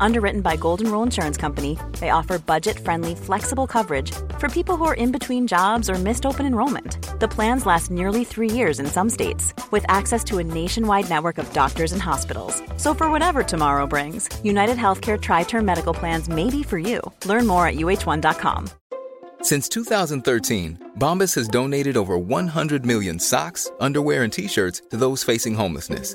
Underwritten by Golden Rule Insurance Company, they offer budget friendly, flexible coverage for people who are in between jobs or missed open enrollment. The plans last nearly three years in some states, with access to a nationwide network of doctors and hospitals. So, for whatever tomorrow brings, United Healthcare Tri Term Medical Plans may be for you. Learn more at uh1.com. Since 2013, Bombas has donated over 100 million socks, underwear, and t shirts to those facing homelessness.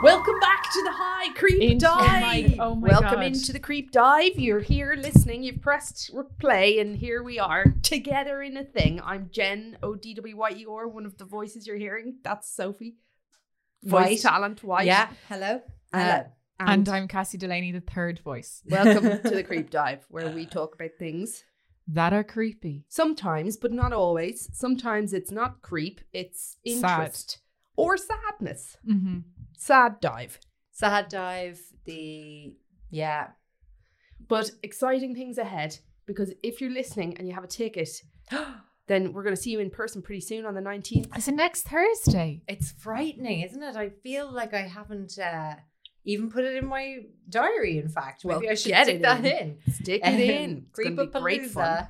Welcome back to the High Creep Into Dive. my- oh my Welcome God. into the Creep Dive. You're here listening. You've pressed re- play, and here we are together in a thing. I'm Jen O D W Y E R. One of the voices you're hearing. That's Sophie. White. Voice talent. White. Yeah. Hello. Uh, Hello. And I'm Cassie Delaney, the third voice. welcome to the Creep Dive, where we talk about things That are creepy. sometimes, but not always. Sometimes it's not creep. It's Sad. interest or sadness. Mm-hmm. Sad dive. Sad dive. The yeah. But exciting things ahead because if you're listening and you have a ticket, then we're going to see you in person pretty soon on the 19th. It's the next Thursday. It's frightening, isn't it? I feel like I haven't uh, even put it in my diary. In fact, maybe Well, I should get stick it that in. in. Stick it in. It's gonna be great fun. Creepapalooza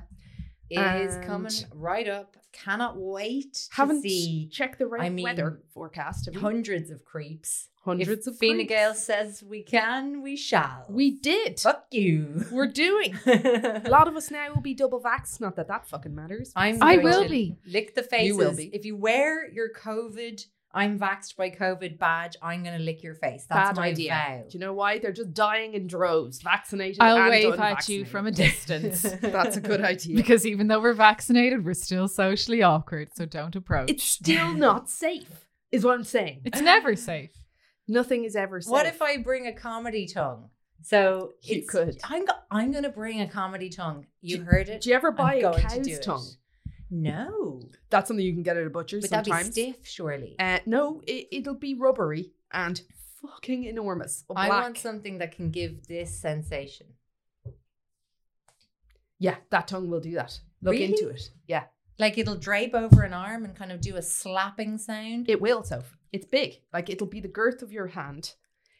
is And- coming right up. Cannot wait to Haven't see checked the right I mean, weather forecast. Have you? hundreds of creeps. Hundreds if of Fine creeps. Gael says we can, we shall. We did. fuck you. We're doing. A lot of us now will be double vaxxed. Not that that fucking matters. I'm I going will to be. Lick the faces. You will be. If you wear your COVID, I'm vaxxed by COVID badge, I'm going to lick your face. That's Bad my idea. vow. Do you know why? They're just dying in droves, vaccinated. I'll and wave at you unvaccinated. from a distance. That's a good idea. because even though we're vaccinated, we're still socially awkward, so don't approach. it's still not safe, is what I'm saying. It's never safe. Nothing is ever safe. What if I bring a comedy tongue? So You it's- could. I'm, go- I'm going to bring a comedy tongue. You heard it. Do you ever I'm buy a going to do cow's it. tongue? No. That's something you can get at a butcher's But that'd be sometimes. stiff, surely. Uh, no, it, it'll be rubbery and fucking enormous. Or I black. want something that can give this sensation. Yeah, that tongue will do that. Look Really? into it. Yeah, Like it'll drape over an arm and kind of do a slapping sound. it will. So it's big. Like it'll be the girth of your hand.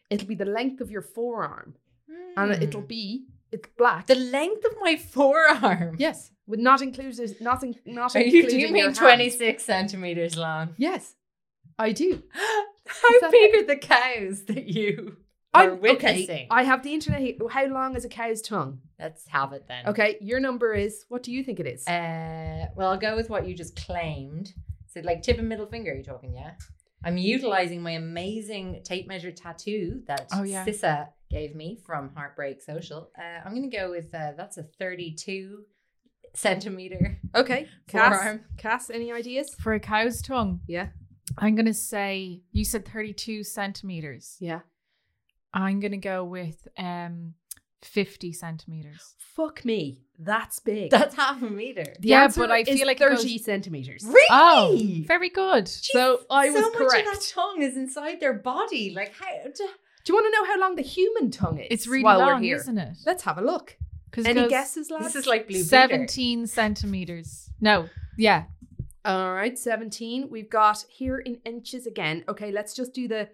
It'll be the length of your forearm, Hmm. and it'll be it's black. the length of my forearm. yes, with not included. Nothing. Not Are you, included. do you your mean hand. 26 centimeters long? Yes, I do. Is How that- big are the cows that you I'm- are witnessing? okay. I have the internet. here. How long is a cow's tongue? Let's have it then. Okay, your number is. What do you think it is? Uh, well, I'll go with what you just claimed. So, like tip and middle finger, you're talking, yeah? I'm utilizing my amazing tape measure tattoo that Oh, yeah. Sissa gave me from Heartbreak Social. Uh, I'm going to go with uh, that's a 32 centimeter. okay, Cass. forearm. Cass, any ideas? For a cow's tongue, Yeah, I'm going to say you said 32 centimeters. yeah. I'm going to go with um 50 centimeters. Fuck me, that's big. That's half a meter. The Yeah, answer but I is feel like it thirty centimeters. Really? Oh, very good. So I was so much correct. of that tongue is inside their body. Like how? d- Do you want to know how long the human tongue is? It's really while long, we're here? isn't it? Let's have a look. 'Cause it Any goes guesses, lads? This is like blue. Peter. 17 centimeters. No, yeah, All right, 17. We've got here in inches again. Okay, let's just do the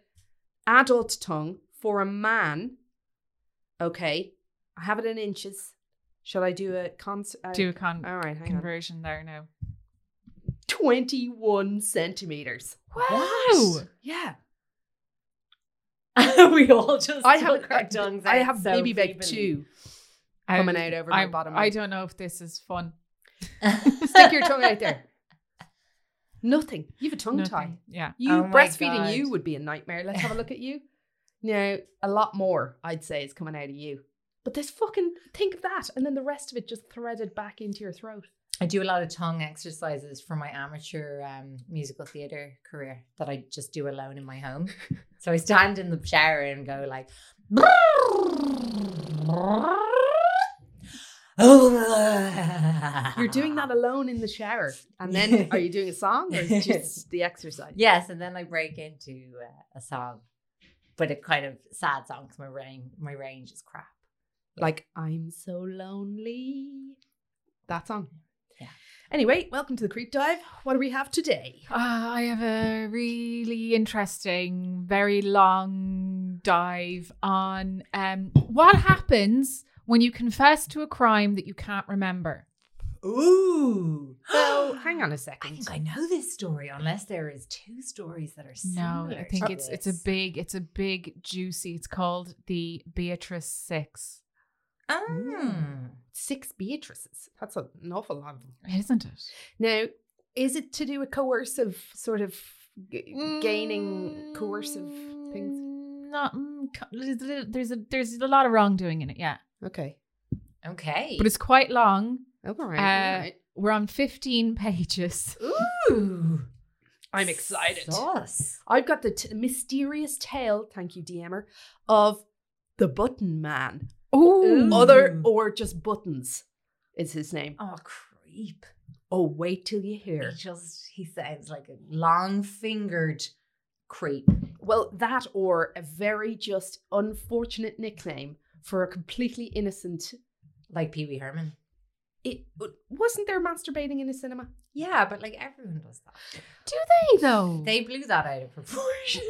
adult tongue for a man. Okay, I have it in inches. Shall I do a cons? Uh, Do a con- All right, hang on. conversion there now. 21 centimeters. Wow. Yeah. we all just I have, uh, our tongues I out have so baby back feebly. two. I- Coming out over my I- bottom I lip. don't know if this is fun. Stick your tongue out there. Nothing. You have a tongue Nothing. tie. Yeah. You Oh my breastfeeding God. you would be a nightmare. Let's have a look at you. Now, a lot more, I'd say, is coming out of you. But this fucking think of that, and then the rest of it just threaded back into your throat. I do a lot of tongue exercises for my amateur um, musical theater career that I just do alone in my home. so I stand in the shower and go like, You're doing that alone in the shower, and then are you doing a song or is it just the exercise? Yes, and then I break into uh, a song, but a kind of sad song because my range, my range is crap. like I'm so lonely. That song. Yeah. Anyway, welcome to the creep dive. What do we have today? Ah, I have a really interesting, very long dive on um, what happens when you confess to a crime that you can't remember. Ooh. Well, hang on a I second. think I know this story, unless there is two stories that are similar. No, I think to it's it's a this. big it's a big juicy. It's called the Beatrice Six, Mm. Six Beatrices. That's a- an awful lot of them. isn't it? Now, is it to do with coercive sort of g- gaining coercive things? Mm, Not mm, co- there's a- there's a there's a lot of wrongdoing in it, yeah. Okay. Okay. But it's quite long. All right. all Uh, right. we're on 15 pages. Ooh. Uh, I'm excited. Sauce. I've got the t- mysterious tale, thank you, DMer, of the Button Man. Ooh. Other or just Buttons is his name. Oh, creep. Oh, wait till you He hear. just, he sounds like a long fingered creep. Well, that or a very just unfortunate nickname for a completely innocent. Like Pee Wee Herman. It wasn't there masturbating in a cinema. Yeah, but like everyone does that. Do they though? They blew that out of proportion.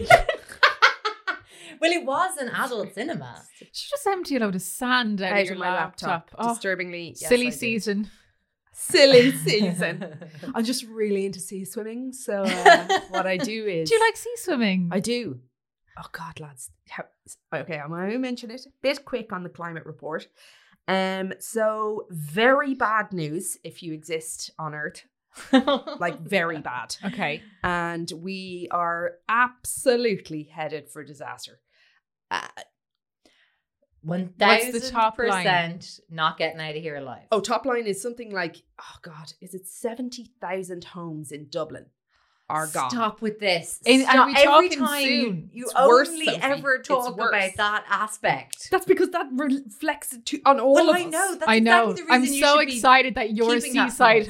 well, it was an adult cinema. she just emptied a load of sand out, of your laptop. Oh, Disturbingly, yes, silly I did. season. Silly season. I'm just really into sea swimming, so uh, what I do is Do you like sea swimming? I do. Oh God, lads. How, okay, I'm going to mention it. Bit quick on the climate report. Um, so very bad news if you exist on Earth, like very bad. okay. and we are absolutely headed for disaster. Uh, One What's the thousand top line? percent not getting out of here alive. oh, top line is something like, oh God, is it 70,000 homes in Dublin are gone? Stop with this. And- and Stop. we Every talking time soon. you It's worse, only Sophie. ever It's talk worse. about that aspect. That's because that re- reflects it to, on all well, of I us. know. That's I know. Exactly the I'm reason you so should be- excited that your keeping that seaside from us.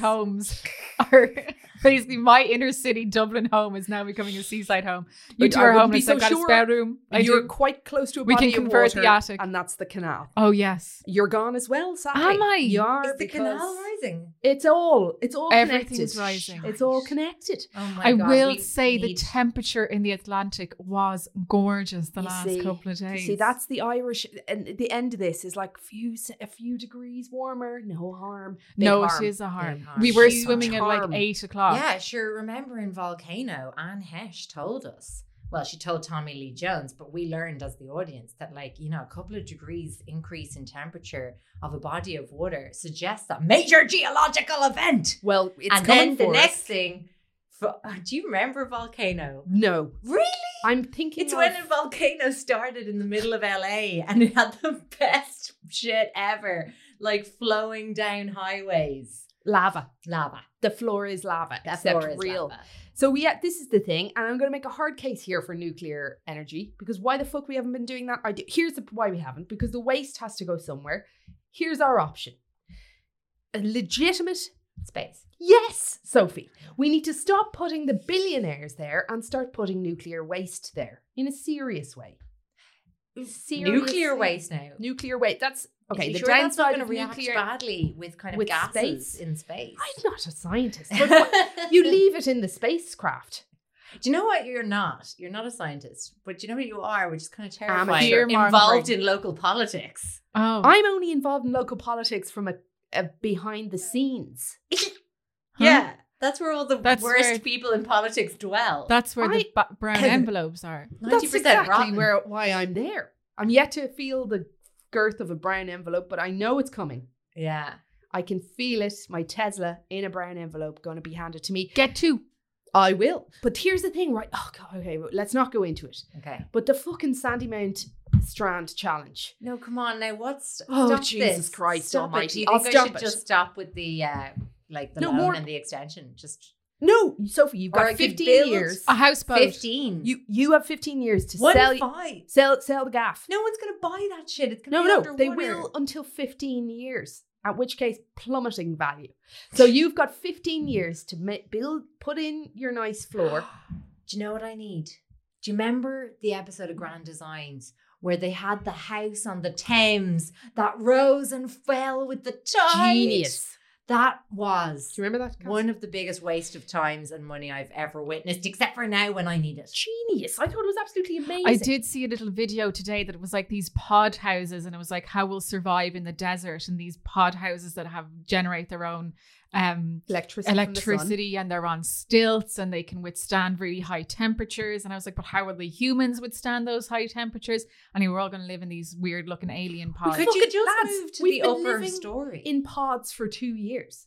homes are basically my inner city Dublin home is now becoming a seaside home. You But two I are wouldn't homeless. be so I've got sure. a spare room. I You're do. quite close to a We body can of convert the water, attic. and that's the canal. oh yes. You're gone as well, sadly. Am I? You are Is the canal because rising? It's all. It's all Everything's connected. rising. It's all connected. Oh my I God, will we say the need- temperature in the Atlantic was gorgeous the You last see- couple of you days. See, that's the Irish, and the end of this is like few se- a few degrees warmer, no harm. Big no, harm. it is a harm. Big harm. We were Huge swimming at like harm. eight o'clock. Yeah, sure. Remember in Volcano, Anne Hesh told us. Well, she told Tommy Lee Jones, but we learned as the audience that, like, you know, a couple of degrees increase in temperature of a body of water suggests a major geological event. Well, it's and coming then the for next us. thing, for, do you remember Volcano? No, Really? I'm thinking It's when of- a volcano started in the middle of LA and it had the best shit ever, like flowing down highways. lava. Lava. The floor is lava, That except floor is real. lava. So yeah, this is the thing, and I'm going to make a hard case here for nuclear energy because why the fuck we haven't been doing that? I do. Here's the, why we haven't because the waste has to go somewhere. Here's our option: a legitimate Space. Yes, Sophie. We need to stop putting the billionaires there and start putting nuclear waste there in a serious way. seriously- Nuclear waste now. Nuclear waste. That's okay. Is The she sure that's not downside gonna of react nuclear. badly with kind of with gases space. in space. I'm not a scientist. But what- you leave it in the spacecraft. Do you know what you're not? You're not a scientist, but do you know what you are, which is kind of I'm a terrifying. fear You're involved mongering. in local politics. Oh, I'm only involved in local politics from a, a behind the scenes. Yeah, that's where all the That's worst where- people in politics dwell. that's where the ba- brown envelopes are. ninety That's percent exactly rotten. where why I'm there. I'm yet to feel the girth of a brown envelope, but I know it's coming. yeah, I can feel it. My Tesla in a brown envelope going to be handed to me. Get two. I will. But here's the thing, right? Oh god, okay, well, let's not go into it. okay. But the fucking Sandy Mount Strand challenge. No, come on now. What's Oh, stop Jesus this. Christ Stop it. almighty. Do you I'll think I stop should it. just stop with the uh, like the No, loan more- and the extension? Just No, Sophie, you've Or I got could 15 build years. A houseboat. fifteen. You you have 15 years to What sell if I- sell sell the gaff. No one's gonna buy that shit. It's gonna No, be no, underwater. they will until 15 years, at which case plummeting value. So you've got 15 years to ma- build, put in your nice floor. Do you know what I need? Do you remember the episode of Grand Designs where they had the house on the Thames that rose and fell with the tide? Genius. That was Do you remember that? Cass? one of the biggest waste of times and money I've ever witnessed, except for now when I need it. Genius. I thought it was absolutely amazing. I did see a little video today that it was like these pod houses, and it was like how we'll survive in the desert, and these pod houses that have generate their own um, Electricity. from the sun. electricity, and they're on stilts, and they can withstand really high temperatures. And I was like, but how will the humans withstand those high temperatures? And we're all going to live in these weird looking alien pods. Could Fucking you just lads, move to we've the been upper living story? In pods for two years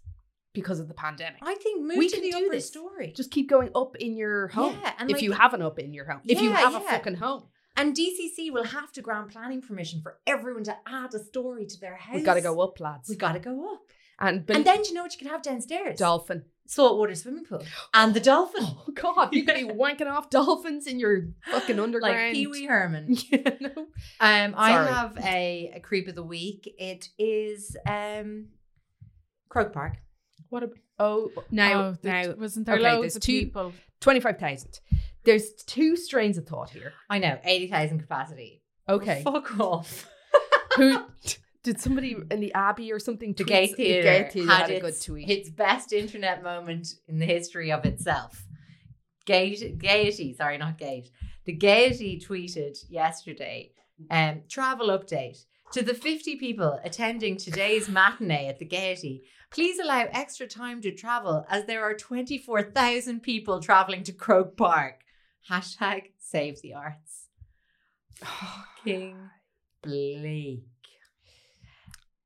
because of the pandemic. I think move We to can the do upper this. story. Just keep going up in your home. Yeah, and if like- you have an up in your home. if you Yeah, have a yeah. fucking home. and DCC will have to grant planning permission for everyone to add a story to their house. We've got to go up, lads. We got to go up. and, bel- and then do you know what you can have downstairs? dolphin. saltwater swimming pool and the dolphin, Oh God, you could be wanking off dolphins in your fucking underground. like Pee Wee Herman. Yeah, no. Um, I Sorry. have a, a creep of the week. It is um, Croke Park. What a oh now Oh, there- now wasn't there okay, loads there's of two- people? twenty five thousand. There's two strains of thought here. I know eighty thousand capacity. Okay, fuck off. who did somebody in the Abbey or something? The tweet- Gay Theatre had, had, a its, good tweet. its best internet moment in the history of itself. Gay, gaiety, sorry, not gate. The Gaiety tweeted yesterday, um, travel update. To the 50 people attending today's matinee at the Gaiety, please allow extra time to travel as there are 24,000 people traveling to Croke Park. Hashtag save the arts. Fucking bleak.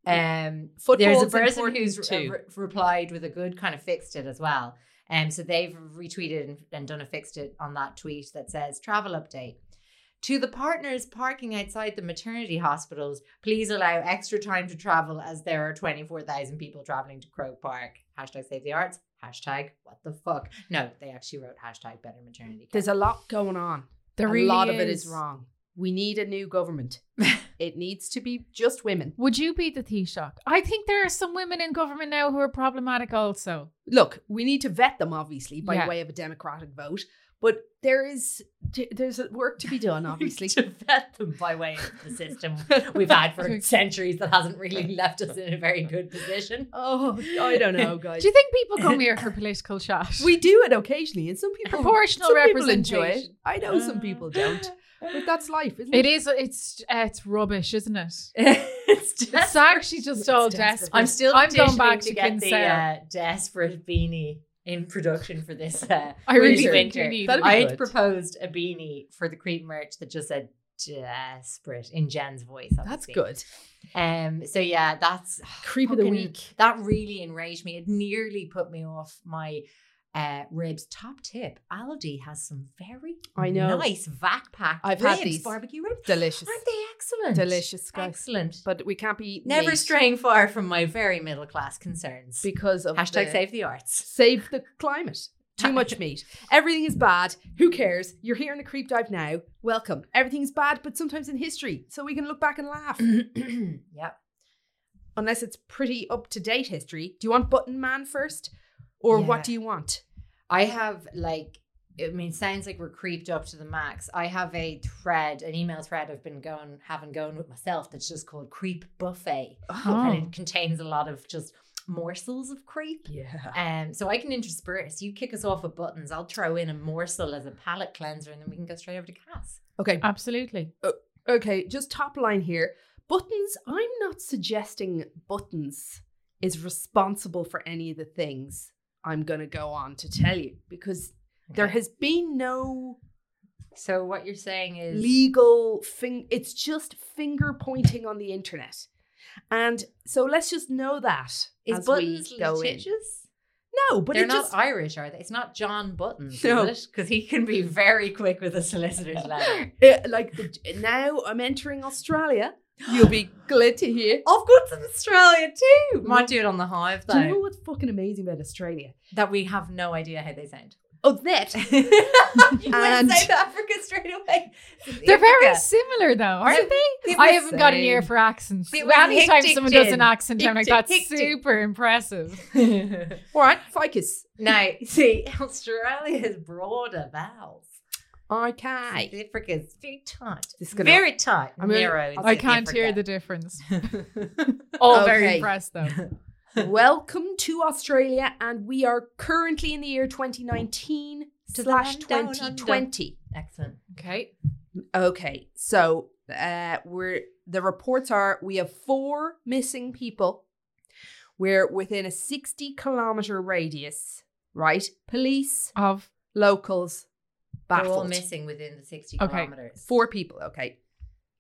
Um, there's Football's a person important who's too. re- replied with a good kind of fixed it as well. Um, so they've retweeted and, and done a fixed it on that tweet that says travel update. To the partners parking outside the maternity hospitals, please allow extra time to travel as there are 24,000 people traveling to Croke Park. Hashtag save the arts. Hashtag what the fuck. No, they actually wrote hashtag better maternity. There's a lot going on. There a really lot of it is is. wrong. We need a new government. it needs to be just women. Would you be the Taoiseach? I think there are some women in government now who are problematic also. Look, we need to vet them obviously by Yeah. way of a democratic vote, but there is there's work to be done obviously. to vet them by way of the system we've had for centuries that hasn't really left us in a very good position. oh, I don't know, guys. Do you think people come here for political chat? We do it occasionally, and some people Proportional some people enjoy it. representation. I know Uh. some people don't, but that's life, isn't it? It is. It's uh, it's rubbish, isn't it? it's It's just, actually just all desperate. I'm still I'm going petitioning back to to get the Kinsale. uh, desperate beanie in production for this. Uh, I really winter. think you need That'd one. be I good. had proposed a beanie for the Creep merch that just said desperate in Jen's voice. That's obviously. good. Um. So yeah, that's Ah, Creep of the fucking- week. That really enraged me. It nearly put me off my uh, ribs. Top tip: Aldi has some very I know. nice vac pack. I've had ribs, these. barbecue ribs. Delicious. Aren't they excellent? Delicious, guys. Excellent. But we can't be Never neat straying far from my very middle class concerns. because of Hashtag the, save the arts. save the climate. Too much meat. Everything is bad. Who cares? You're here in the creep dive now. Welcome. Everything's bad, but sometimes in history, so we can look back and laugh. Mm-hmm. Yep. Unless it's pretty up to date history. Do you want Button Man first, or Yeah. what do you want? I have like I mean, sounds like we're creeped up to the max. I have a thread, an email thread I've been going, having going with myself that's just called Creep Buffet. And Oh. it contains a lot of just morsels of creep. Yeah. Um, so I can intersperse. You kick us off with buttons. I'll throw in a morsel as a palate cleanser and then we can go straight over to Cass. Okay. Absolutely. Oh, Okay, just top line here. Buttons, I'm not suggesting Buttons is responsible for any of the things I'm going to go on to tell you because there Okay. has been no So what you're saying is legal thing. It's just finger pointing on the internet. And so let's just know that. is as buttons we go in. litigious? No, but They're it not just. Irish, are they? It's not John Buttons, No. is it? Because he can be very quick with a solicitor's letter. eh, like the, now I'm entering Australia. You'll be glad to hear. I've got some Australia too. Might do it on the hive though. Do you know what's fucking amazing about Australia? That we have no idea how they sound. Oh, that. you And- went South Africa straight away. They're very Africa. similar though, aren't they? It I was haven't got an saying- ear for accents. It was Anytime hectic someone does gin. an accent, I'm like, Hectic, that's hectic. super impressive. All right, ficus. now, see, Australia's broader vowels. Okay. South Africa's very tight. This is gonna- very tight. I mean, narrow. in I South can't hear the Africa. difference. All very Okay. impressed though. Welcome to Australia, and we are currently in the year 2019 To the slash land down under. 2020. Excellent. Okay. Okay, so uh, we're the reports are we have four missing people. We're within a 60 kilometer radius, right? Police, Of locals, They're all baffled. missing within the 60 Okay. kilometres. Four people. Okay,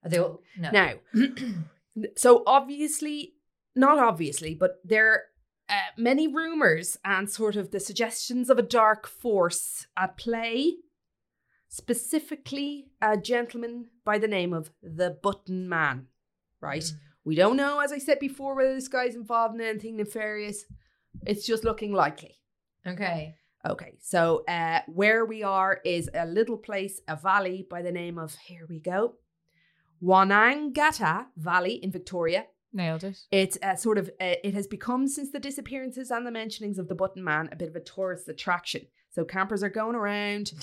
Are they all? No. now so obviously not obviously but there are uh, many rumors and sort of the suggestions of a dark force at play specifically a gentleman by the name of the button man right we don't know as i said before whether this guy's involved in anything nefarious it's just looking likely Okay. Okay, so uh, where we are is a little place, a valley by the name of, here we go, Wanangata Valley in Victoria. nailed it. It's uh, sort of, uh, it has become since the disappearances and the mentionings of the Button Man a bit of a tourist attraction. So campers are going around,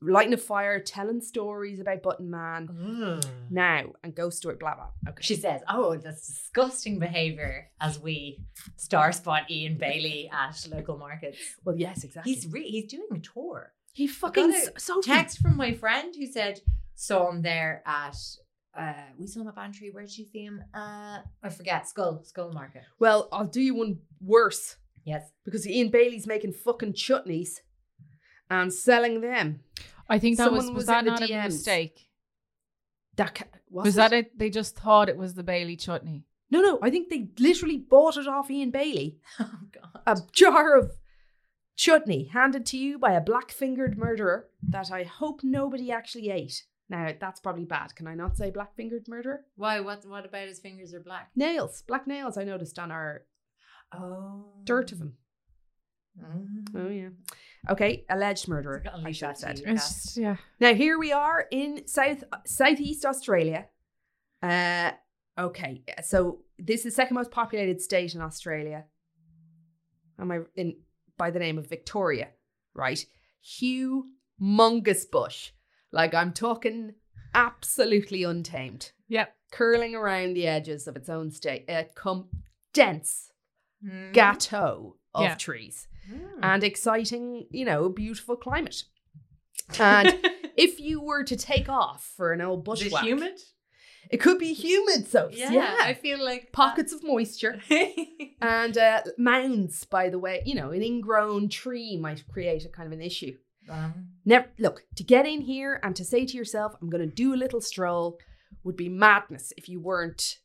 lighting a fire, telling stories about Button Man now and ghost story, blah, blah. Okay. She says, "Oh, that's disgusting behaviour." As we star spot Ian Bailey at local markets, well, yes, exactly. he's re- he's doing a tour. he fucking, Got so, so a text from my friend who said saw him there at uh, we saw him at Bantry. Where did you see him? Uh, I forget. Skull Skull Market. Well, I'll do you one worse. Yes. because Ian Bailey's making fucking chutneys and selling them. I think that was Someone was, was that in the not a DMs. mistake? That ca- was, Was that it? They just thought it was the Bailey chutney. No, no. I think they literally bought it off Ian Bailey. Oh God. A jar of chutney handed to you by a black-fingered murderer that I hope nobody actually ate. Now that's probably bad. Can I not say black-fingered murderer? Why? What? What about his fingers are black? Nails, black nails. I noticed on our Oh, dirt of him. Mm. Oh yeah. Okay, alleged murderer. I'll I leave should have that to said. you. It's just, yeah. Now here we are in South Southeast Australia. Uh okay. So this is the second most populated state in Australia. Am I in by the name of Victoria, right? Humongous bush. Like I'm talking absolutely untamed. Yep. Curling around the edges of its own state. It come dense Mm. gateau of Yeah. trees Mm. and exciting, you know, beautiful climate. And if you were to take off for an old Is it bushwhack, humid? it could be humid, so yeah, Yeah, I feel like pockets of moisture and uh, mounds. By the way, you know, an ingrown tree might create a kind of an issue. um, Never look to get in here and to say to yourself, "I'm going to do a little stroll," would be madness if you weren't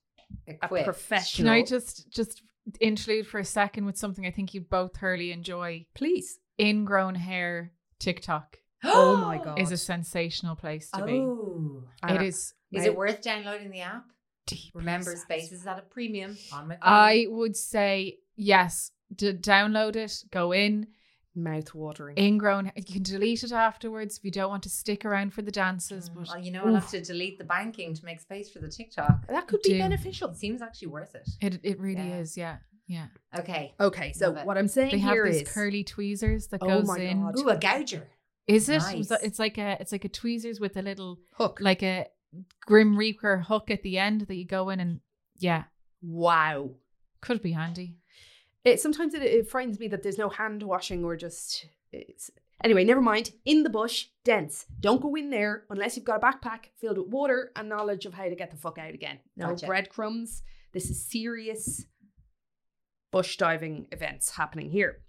a equipped. Can professional. I just just interlude for a second with something I think you both thoroughly enjoy? please? Ingrown hair TikTok Oh my god, is a sensational place to be. Oh. Uh, It is. Is I- it worth downloading the app? deeply Remember, satisfying. space is at a premium on my phone. I would say yes. D- download it. Go in. mouth watering. Ingrown. You can delete it afterwards if you don't want to stick around for the dances. Mm, But well, you know, I'll have oof, to delete the banking to make space for the TikTok. that could do. be beneficial. It seems actually worth it. It it really Yeah. is. Yeah. Yeah. Okay. Okay, so Love it. what I'm saying They have here these is curly tweezers that Oh goes my in. God. Ooh, a gouger. Is it? Nice. So It's like a it's like a tweezers with a little Hook. like a grim reaper hook at the end that you go in and yeah, wow. could be handy. It sometimes it, it frightens me that there's no hand washing or just it's anyway. Never mind. In the bush, dense. Don't go in there unless you've got a backpack filled with water and knowledge of how to get the fuck out again. No Gotcha. breadcrumbs. This is serious bush diving events happening here.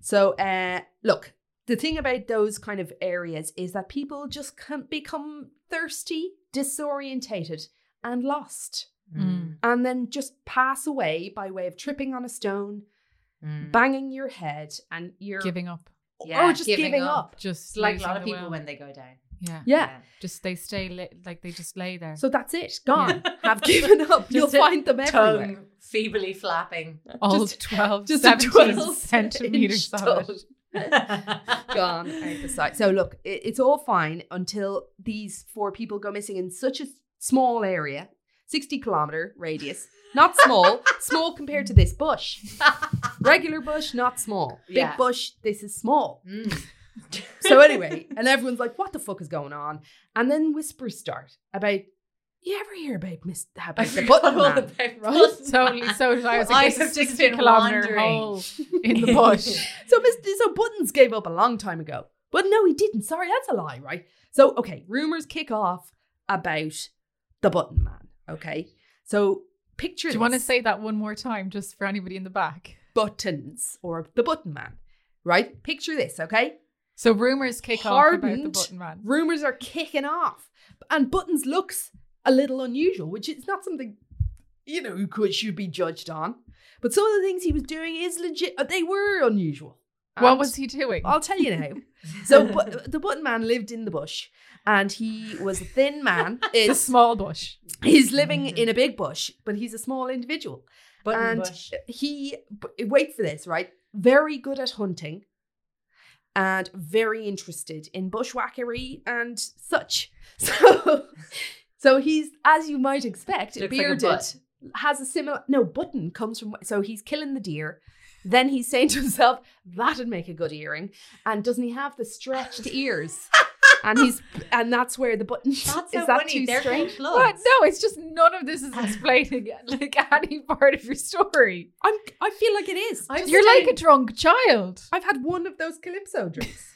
So uh, look, the thing about those kind of areas is that people just can become thirsty, disorientated, and lost, Mm, and then just pass away by way of tripping on a stone mm. banging your head and you're Giving up. Yeah, or just giving, up. Just It's like a losing lot of the people will. when they go down. yeah. Yeah. Just they stay li- like they just lay there. So that's it. Gone. Have given up. You'll Just a find them everywhere. Tongue feebly flapping. all just- 12 just a 17 12 centimeters inch of it. tongue. Gone out the side. So look, it, it's all fine until these four people go missing in such a small area, sixty kilometer radius. Not small. small compared to this bush. Regular bush, not small. Big Yeah. bush. This is small. Mm. So anyway, and everyone's like, "What the fuck is going on?" And then whispers start about. You ever hear about Miss about the button all man? about right? Button Totally. Man. So did I was I like, have it's a 60 just been kilometer wandering. hole in the bush. So Mr. So Buttons gave up a long time ago. But no, he didn't. Sorry, that's a lie, right? So okay, rumors kick off about the Button Man. Okay, so picture Do you want to say that one more time just for anybody in the back? buttons or the Button Man, right? Picture this, okay? So rumors kick off about the Hardened. button man. Rumors are kicking off, and Buttons looks a little unusual, which is not something you know you could should be judged on. But some of the things he was doing is legit. uh, They were unusual. what And- was he doing? I'll tell you now. So but, the button man lived in the bush, and he was a thin man. the Is small bush. Mm-hmm. he's living in a big bush, but he's a small individual, Button and bush. he b- wait for this right. Very good at hunting, and very interested in bushwhackery and such. So, so he's as you might expect, Looks like a bearded. butt. has a similar no button comes from so he's killing the deer then he's saying to himself, that'd make a good earring. And doesn't he have the stretched ears? and he's and that's where the button That's is that so funny. too They're strange? called What? plugs. No, it's just none of this is explaining like any part of your story. I'm I feel like it is. I, You're like a drunk child. have had one of those calypso drinks.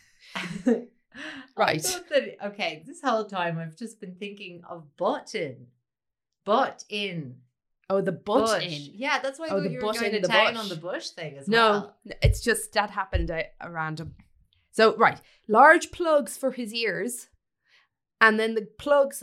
Right. I thought that- okay, this whole time I've just been thinking of button. Butt in. Oh, the butt Bush. in. Yeah, that's why I Oh, thought the you were butt going in to the town bush. on the bush thing as No, well. it's just that happened at a random. So right, large plugs for his ears, and then the plugs.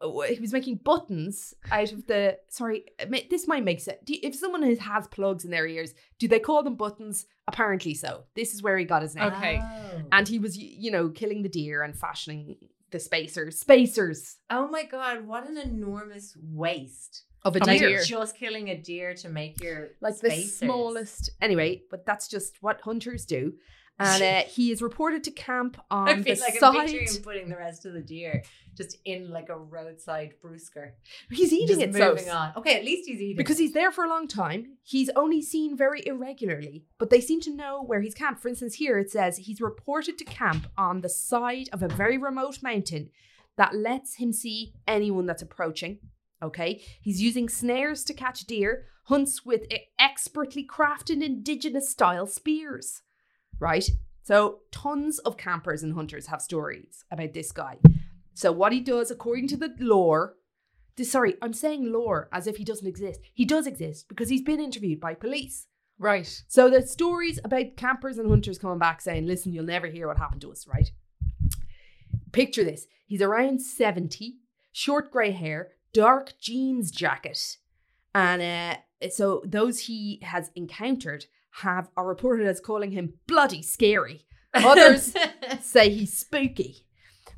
oh, He was making buttons out of the. Sorry, it ma- this might make sense. Do you- if someone has, has plugs in their ears, do they call them buttons? Apparently so. This is where he got his name. Okay. Oh. And he was, y- you know, killing the deer and fashioning the spacers, spacers Oh my god, what an enormous waste. of a Of a deer. deer. Just killing a deer to make your like spacers. the smallest. Anyway, but that's just what hunters do. And uh, he is reported to camp on I feel the like I'm side. picturing him putting the rest of the deer just in like a roadside brewsker. He's eating Just it so moving on. Okay, at least he's eating. because it. he's there for a long time. He's only seen very irregularly, but they seem to know where he's camped. For instance, here it says he's reported to camp on the side of a very remote mountain that lets him see anyone that's approaching. Okay, he's using snares to catch deer, hunts with e- expertly crafted indigenous style spears. Right? So, tons of campers and hunters have stories about this guy. So, what he does, according to the lore, this, sorry, I'm saying lore as if he doesn't exist. He does exist because he's been interviewed by police. Right. So the stories about campers and hunters coming back saying, listen, you'll never hear what happened to us, right? Picture this. He's around 70, short grey hair, dark jeans jacket. And uh, so those he has encountered have are reported as calling him bloody scary. Others say he's spooky,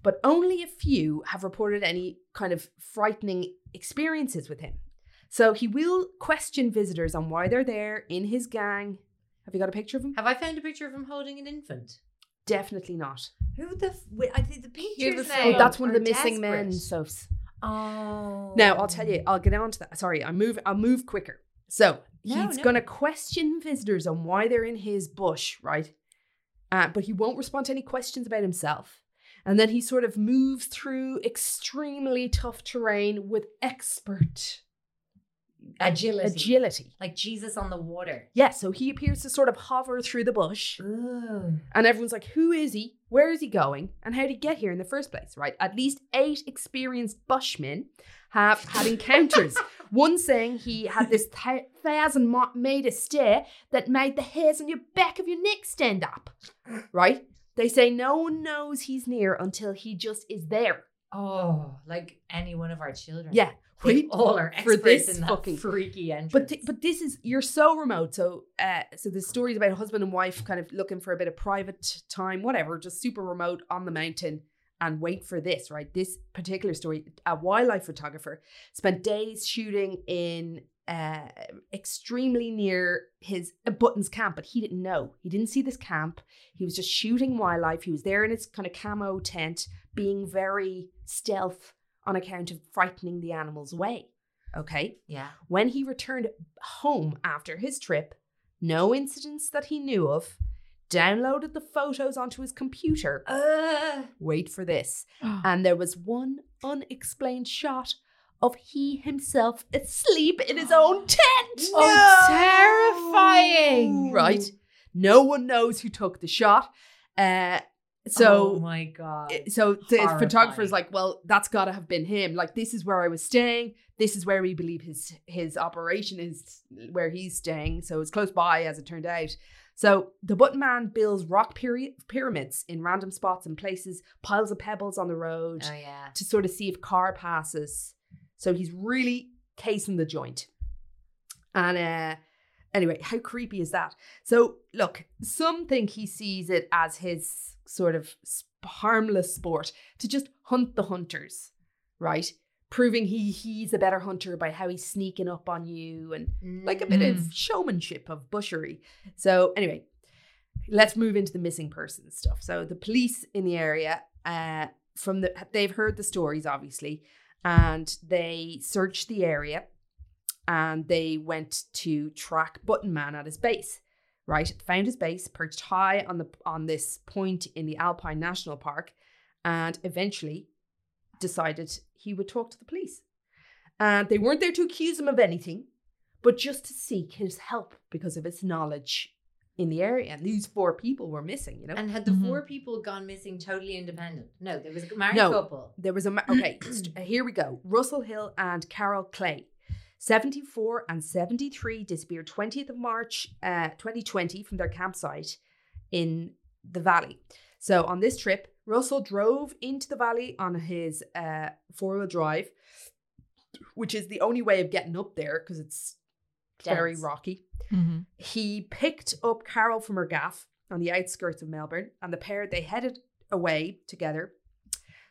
but only a few have reported any kind of frightening experiences with him. So he will question visitors on why they're there in his gang. Have you got a picture of him? Have I found a picture of him holding an infant? Definitely not. Who the? F- wait, I think the pictures. was- now Oh, that's one of are the missing men. desperate. So Oh. now I'll tell you. I'll get on to that. Sorry, I move. I'll move quicker. So No, he's no. going to question visitors on why they're in his bush, right? uh, but he won't respond to any questions about himself. And then he sort of moves through extremely tough terrain with expert Agility. agility. like Jesus on the water. Yeah, so he appears to sort of hover through the bush, Ooh. and everyone's like, Who is he? Where is he going? And how did he get here in the first place, right? At least eight experienced bushmen have had encounters. One saying he had this thou- thousand mo- made a stare that made the hairs on your back of your neck stand up, right? They say no one knows he's near until he just is there. Oh, like any one of our children. Yeah. They Wait all are for experts this in that fucking freaky entrance. But th- but this is you're so remote. So uh, so the stories about husband and wife kind of looking for a bit of private time, whatever, just super remote on the mountain. And wait for this, right? This particular story, a wildlife photographer spent days shooting in uh, extremely near his uh, Button's camp, but he didn't know. He didn't see this camp. He was just shooting wildlife. He was there in his kind of camo tent, being very stealth on account of frightening the animals away. Okay. yeah. When he returned home after his trip, no incidents that he knew of, downloaded the photos onto his computer. Uh, Wait for this. And there was one unexplained shot of he himself asleep in his own tent. Oh, terrifying. Right? No one knows who took the shot. Uh, so oh my god. it- so the Horrifying. photographer's like, well, that's got to have been him. Like, this is where I was staying. This is where we believe his his operation is, where he's staying. So it's close by, as it turned out. So the button man builds rock pyri- pyramids in random spots and places piles of pebbles on the road oh yeah. to sort of see if car passes. So he's really casing the joint. And uh anyway, how creepy is that? So look, some think he sees it as his sort of s- harmless sport to just hunt the hunters, right? Proving he he's a better hunter by how he's sneaking up on you and like a bit of showmanship of bushery. So anyway, let's move into the missing person stuff. So the police in the area, uh, from the they've heard the stories obviously, and they searched the area, and they went to track Button Man at his base. Right, found his base perched high on the on this point in the Alpine National Park, and eventually decided he would talk to the police. And they weren't there to accuse him of anything, but just to seek his help because of his knowledge in the area. And these four people were missing, you know. And had the Mhm. four people gone missing totally independent? No, there was a married No. couple. there was a ma- okay. st- here we go. Russell Hill and Carol Clay, seventy-four and seventy-three, disappeared twentieth of March, uh, twenty twenty, from their campsite in the valley. So on this trip, Russell drove into the valley on his uh, four-wheel drive, which is the only way of getting up there because it's very Dense. rocky. Mm-hmm. He picked up Carol from her gaff on the outskirts of Melbourne, and the pair they headed away together.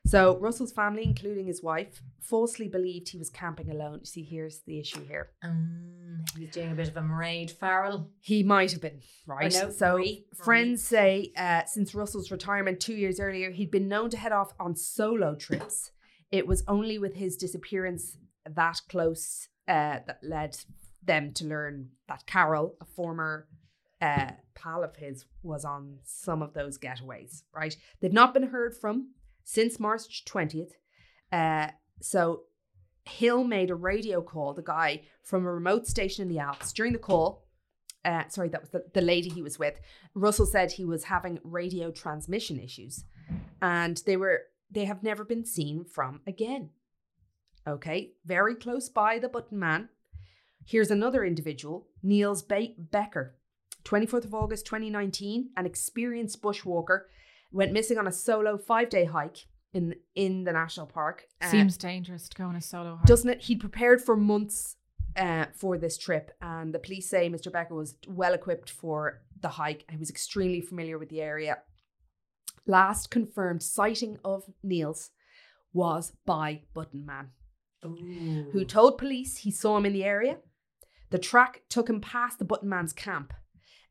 So Russell's family, including his wife, falsely believed he was camping alone. See, here's the issue here. Um, he was doing a bit of a Mairead Farrell. He might have been right. Oh, no, so Marie, friends say uh, since Russell's retirement two years earlier, he'd been known to head off on solo trips. It was only with his disappearance that close uh, that led them to learn that Carol, a former uh, pal of his, was on some of those getaways. Right? They've not been heard from since March twentieth. Uh, so Hill made a radio call, the guy from a remote station in the Alps. During the call, uh, sorry, that was the, the lady he was with. Russell said he was having radio transmission issues, and they were they have never been seen from again. Okay, very close by the button man. Here's another individual, Niels Be- Becker, 24th of August 2019, an experienced bushwalker, went missing on a solo five day hike in in the national park. Uh, Seems dangerous to go on a solo hike. doesn't it? He'd prepared for months uh, for this trip, and the police say Mr. Becker was well equipped for the hike. He was extremely familiar with the area. Last confirmed sighting of Niels was by Button Man, who told police he saw him in the area. The track took him past the Button Man's camp.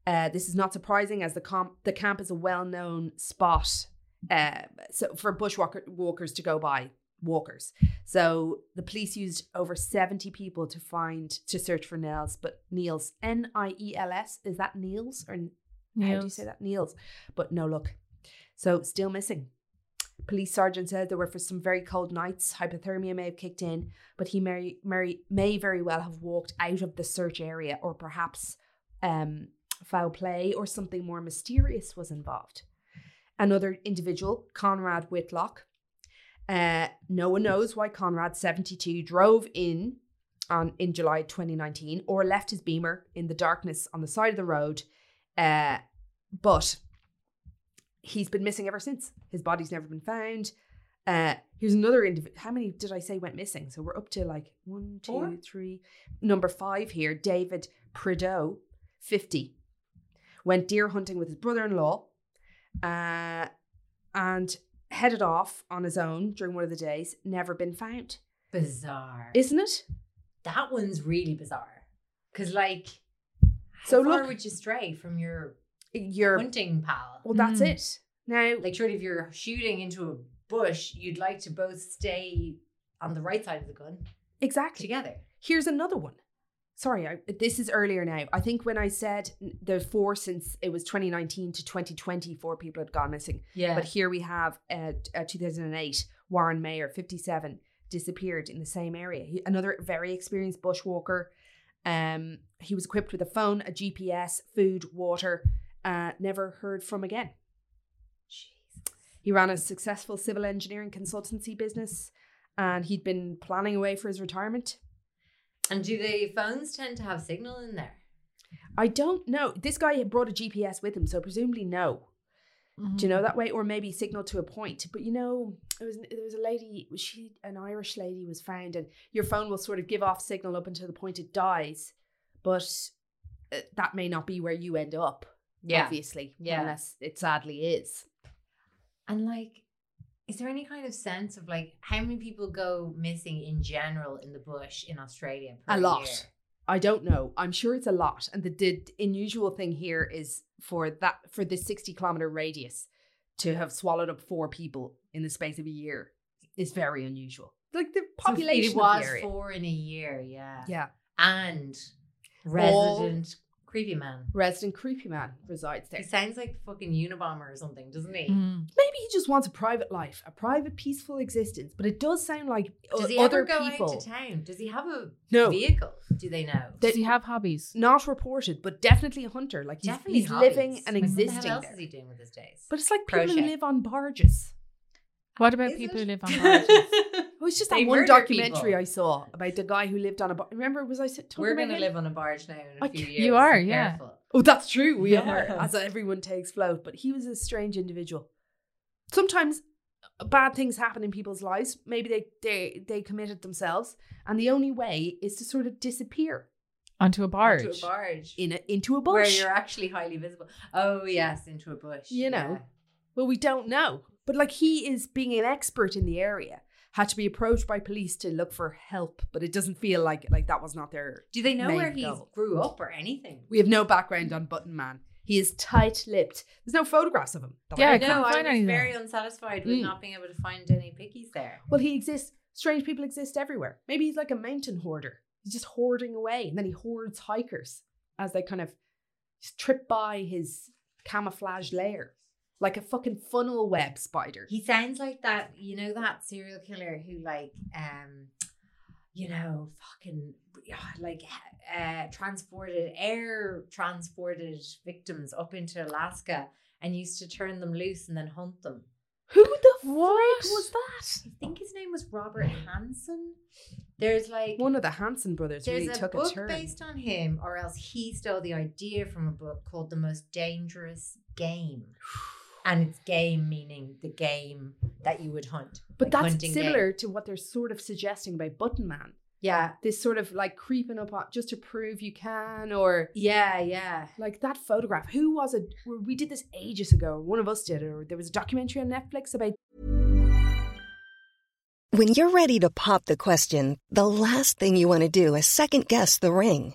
Uh, this is not surprising, as the camp the camp is a well known spot uh, so for bushwalker walkers to go by walkers. So the police used over 70 people to find to search for Niels, but Niels N I E L S is that Niels or How do you Niels. say that? Niels. But no luck. So still missing. Police sergeant said there were for some very cold nights. Hypothermia may have kicked in, but he may, may, may very well have walked out of the search area or perhaps um, foul play or something more mysterious was involved. Another individual, Conrad Whitlock. Uh, no one knows why Conrad, 72, drove in on in July 2019 or left his beamer in the darkness on the side of the road. Uh, but he's been missing ever since. His body's never been found. Uh, here's another individual. How many did I say went missing? So we're up to like one, two, three. Four? Number five here, David Prideaux, 50, went deer hunting with his brother in law uh, and headed off on his own during one of the days, never been found. Bizarre. Isn't it? that one's really bizarre. Because, like, how So far look- would you stray from your You're hunting pal? Well, that's Mm. it. Now, Hmm. like, surely if you're shooting into a bush, you'd like to both stay on the right side of the gun exactly. together. Here's another one. Sorry, I, this is earlier now. I think when I said the four since it was 2019 to 2020, four people had gone missing. Yeah. But here we have uh, t- uh, 2008, Warren Mayer, 57, disappeared in the same area. He, another very experienced bushwalker. Um, he was equipped with a phone, a GPS, food, water. Uh, never heard from again. He ran a successful civil engineering consultancy business, and he'd been planning away for his retirement. And do the phones tend to have signal in there? I don't know. This guy had brought a GPS with him, so presumably no. Do you know that way, or maybe signal to a point? But you know, it was there was a lady. She an Irish lady was found, and your phone will sort of give off signal up until the point it dies, but uh, that may not be where you end up. Yeah. obviously. Yeah. unless it sadly is. And like, is there any kind of sense of like how many people go missing in general in the bush in Australia? Per A lot. year? I don't know. I'm sure it's a lot. And the, the unusual thing here is for that for this 60 kilometer radius to have swallowed up four people in the space of a year is very unusual. Like the So population it was of the area. four in a year, yeah. yeah. And All- resident creepy man. Resident creepy man resides there. Mm-hmm. He sounds like fucking Unabomber or something, doesn't he? Mm. Maybe he just wants a private life, a private peaceful existence. But it does sound like o- Does he other ever go people out to town? Does he have a No. vehicle? Do they know? They- Does he have hobbies? not reported, but definitely a hunter. Like he's, Definitely he's hobbies. living and Like, What the existing hell else there. is he doing with his days? But it's like people who Crochet. live on barges. What about Is people it? who live on barges? It was just They that one murder documentary people. I saw about the guy who lived on a bar. Remember, was I talking We're about going to him? live on a barge now in a I few c- years. you are, be yeah. careful. Oh, that's true. We Yeah. are as everyone takes float. But he was a strange individual. Sometimes uh, bad things happen in people's lives. Maybe they they they committed themselves, and the only way is to sort of disappear Onto a barge. Onto a barge. in a, into a bush. Where you're actually highly visible. Oh yes, into a bush. You know. Well, we don't know. But like he is being an expert in the area. Had to be approached by police to look for help, but it doesn't feel like like that was not their. Do they know main where he goal. grew up or anything? We have no background on Button Man. He is tight lipped. There's no photographs of him. that I know. Yeah, I couldn't no, I find was anything. very unsatisfied with Mm. not being able to find any piggies there. Well, he exists. Strange people exist everywhere. Maybe he's like a mountain hoarder. He's just hoarding away and then he hoards hikers as they kind of trip by his camouflage layer like a fucking funnel web spider. He sounds like that, you know, that serial killer who like, um, you know, fucking ah, like uh, transported air transported victims up into Alaska and used to turn them loose and then hunt them. Who the frick What? was that? I think his name was Robert Hansen. There's like One of the Hanson brothers There's really a took book a turn. based on him, or else he stole the idea from a book called "The Most Dangerous Game," and it's game meaning the game that you would hunt. but like that's hunting game. similar to what they're sort of suggesting about Button Man. Yeah, This sort of like creeping up on just to prove you can or yeah, yeah. Like that photograph. Who was it? Well, We did this ages ago. One of us did it, or there was a documentary on Netflix about. When you're ready to pop the question, the last thing you want to do is second guess the ring.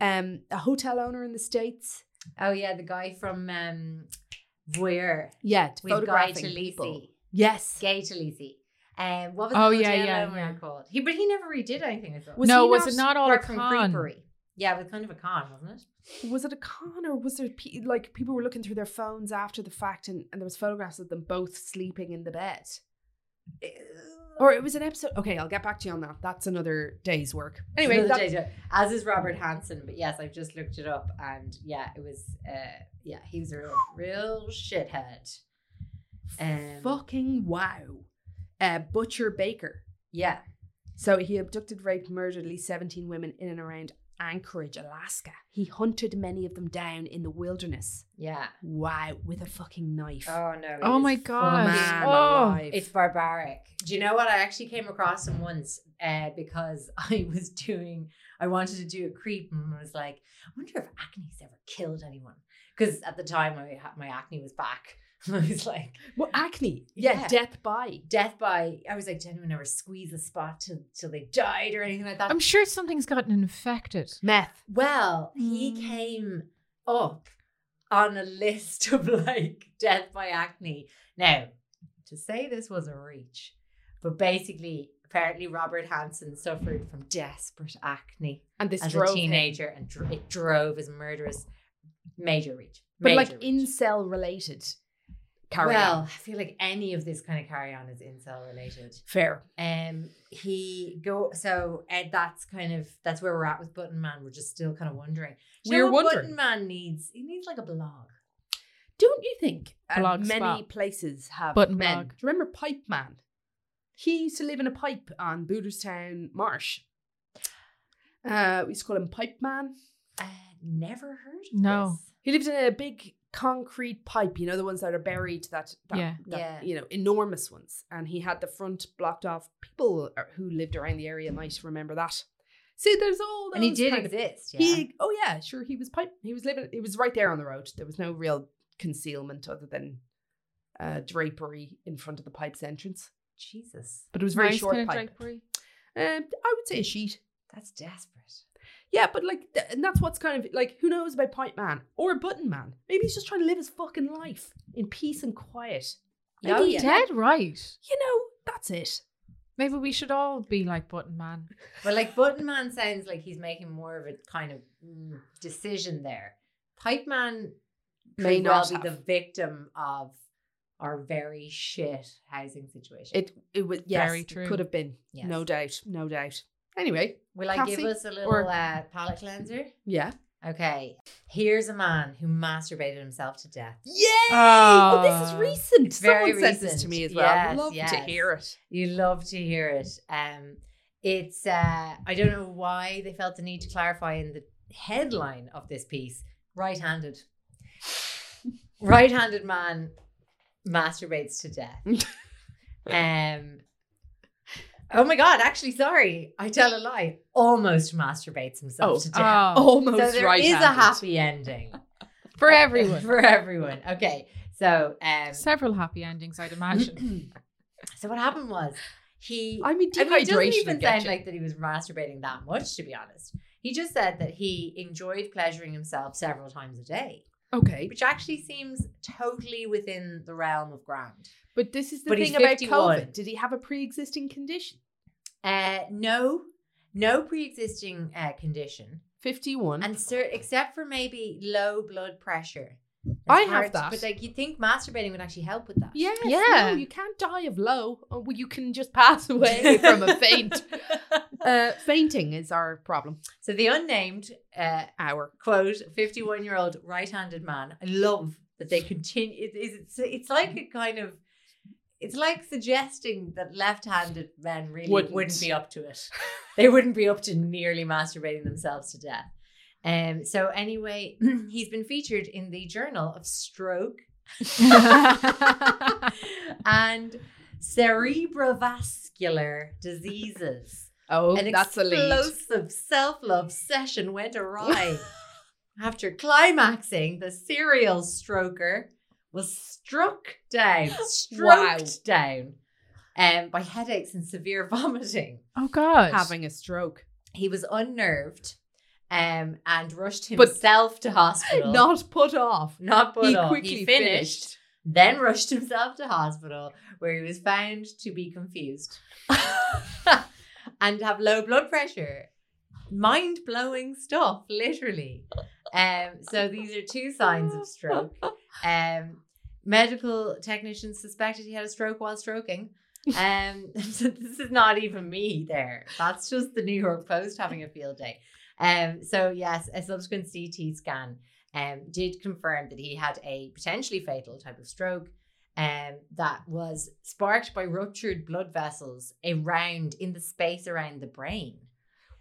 Um, a hotel owner in the States. Oh yeah, the guy from um, Voyeur. Yeah, With photographing Guy Talese. people. Yes. Gay Talese. Um, what was Oh, the yeah, hotel yeah, owner yeah. called? He but he never redid anything with it. Was no, he was not it not all a Apart from con? creepery. Yeah, it was kind of a con, wasn't it? Was it a con or was there pe- like people were looking through their phones after the fact and, and there was photographs of them both sleeping in the bed? Uh, Or it was an episode. Okay, I'll get back to you on that. That's another day's work. Anyway, Another that- day job. as is Robert Hansen, but yes, I've just looked it up, and yeah, it was. Uh, yeah, he was a real, real shithead. Um, fucking wow. Uh, Butcher Baker. Yeah, So he abducted, raped, murdered at least 17 women in and around Anchorage, Alaska. He hunted many of them down in the wilderness. yeah. Wow, with a fucking knife. Oh no! it Oh is my full God. man. Man Oh. alive. It's barbaric. Do you know what? I actually came across him once uh, because I was doing, I wanted to do a creep and was like, I wonder if acne's ever killed anyone. Because at the time I had, my acne was back. And I was like, well, acne. Yeah, Yeah. death by. death by, I was like, did anyone ever squeeze a spot till, till they died or anything like that? I'm sure something's gotten infected. Meth. Well, he came up on a list of like death by acne. Now, to say this was a reach, but basically, apparently Robert Hansen suffered from desperate acne And this as drove a him. teenager, and dr- it drove his murderous major reach. But Major like reach. incel related. Carry well, on. I feel like any of this kind of carry on is incel related. Fair. Um, he go so Ed. That's kind of that's where we're at with Button Man. We're just still kind of wondering. Do you know We're what wondering. Button Man needs. He needs like a blog. Don't you think uh, Blog many spot. places have Button men? blog. Do you remember Pipe Man? He used to live in a pipe on Booterstown Marsh. Uh, we used to call him Pipe Man. Uh, never heard. Of No. this. He lived in a big concrete pipe, you know, the ones that are buried, that, that, Yeah. that, Yeah. you know, enormous ones. And he had the front blocked off. People are- who lived around the area might remember that. See, there's all those and he did kind of- exist. yeah. He, oh yeah, sure. He was pipe. He was living. It was right there on the road. There was no real concealment other than uh, drapery in front of the pipe's entrance. Jesus, But it was very Nice short kind of pipe. drapery. Um, I would say a sheet. that's desperate. Yeah, but like, th- and that's what's kind of like, who knows about Pipe Man or Button Man? Maybe he's just trying to live his fucking life in peace and quiet. Yeah, Maybe Oh, yeah. he- Dead right. You know, that's it. Maybe we should all be like Button Man. But like Button Man sounds like he's making more of a kind of mm, decision there. Pipe Man May may not well be have. the victim of our very shit housing situation. It it was yes, Very it true. could have been Yes. no doubt, no doubt. Anyway, Will I Cassie, give us a little or- uh, palate cleanser? yeah, Okay, here's a man who masturbated himself to death. yay! oh, Oh. this is recent. It's Someone very sent this to recent. me as well. I'd Yes, Love to yes. hear it. You love to hear it. Um, it's uh, I don't know why they felt the need to clarify in the headline of this piece: right-handed, right-handed man masturbates to death. um, oh my god! Actually, sorry, I tell a lie. Almost masturbates himself Oh, to death. Oh, Almost so there is right. a happy ending. for everyone. For everyone. Okay. So um Several happy endings, I'd imagine. so what happened was he I mean, I mean, it dehydration. doesn't even would get sound you. like that he was masturbating that much, to be honest. He just said that he enjoyed pleasuring himself several times a day, okay, which actually seems totally within the realm of grand. but this is the But he's thing about 51. COVID. Did he have a pre-existing condition? Uh, no, no pre-existing uh, condition, Fifty-one. and sir, except for maybe low blood pressure. It's I have hard to- that. but like you think masturbating would actually help with that? Yes, Yeah. No, you can't die of low. Or well, you can just pass away from a faint. Uh, fainting is our problem. So the unnamed uh, Our quote 51 year old right handed man. I love that they continue. It, it's, it's like a kind of. It's like suggesting that left-handed men really wouldn't, Wouldn't. be up to it. they wouldn't be up to nearly masturbating themselves to death. Um, so anyway, he's been featured in the Journal of Stroke and Cerebrovascular Diseases. Oh, An that's a lead. explosive self-love session went awry after climaxing. The serial stroker was struck down, stroked down, um, by headaches and severe vomiting. Oh god. Having a stroke. He was unnerved, um, and rushed himself to hospital. Not put off. not put he off. quickly he finished, finished. then rushed himself to hospital, where he was found to be confused and have low blood pressure. Mind blowing stuff, literally. Um, so these are two signs of stroke. Um, medical technicians suspected he had a stroke while stroking. Um, so this is not even me there. That's just the New York Post having a field day. Um, so yes, a subsequent CT scan um, did confirm that he had a potentially fatal type of stroke um, that was sparked by ruptured blood vessels around in the space around the brain.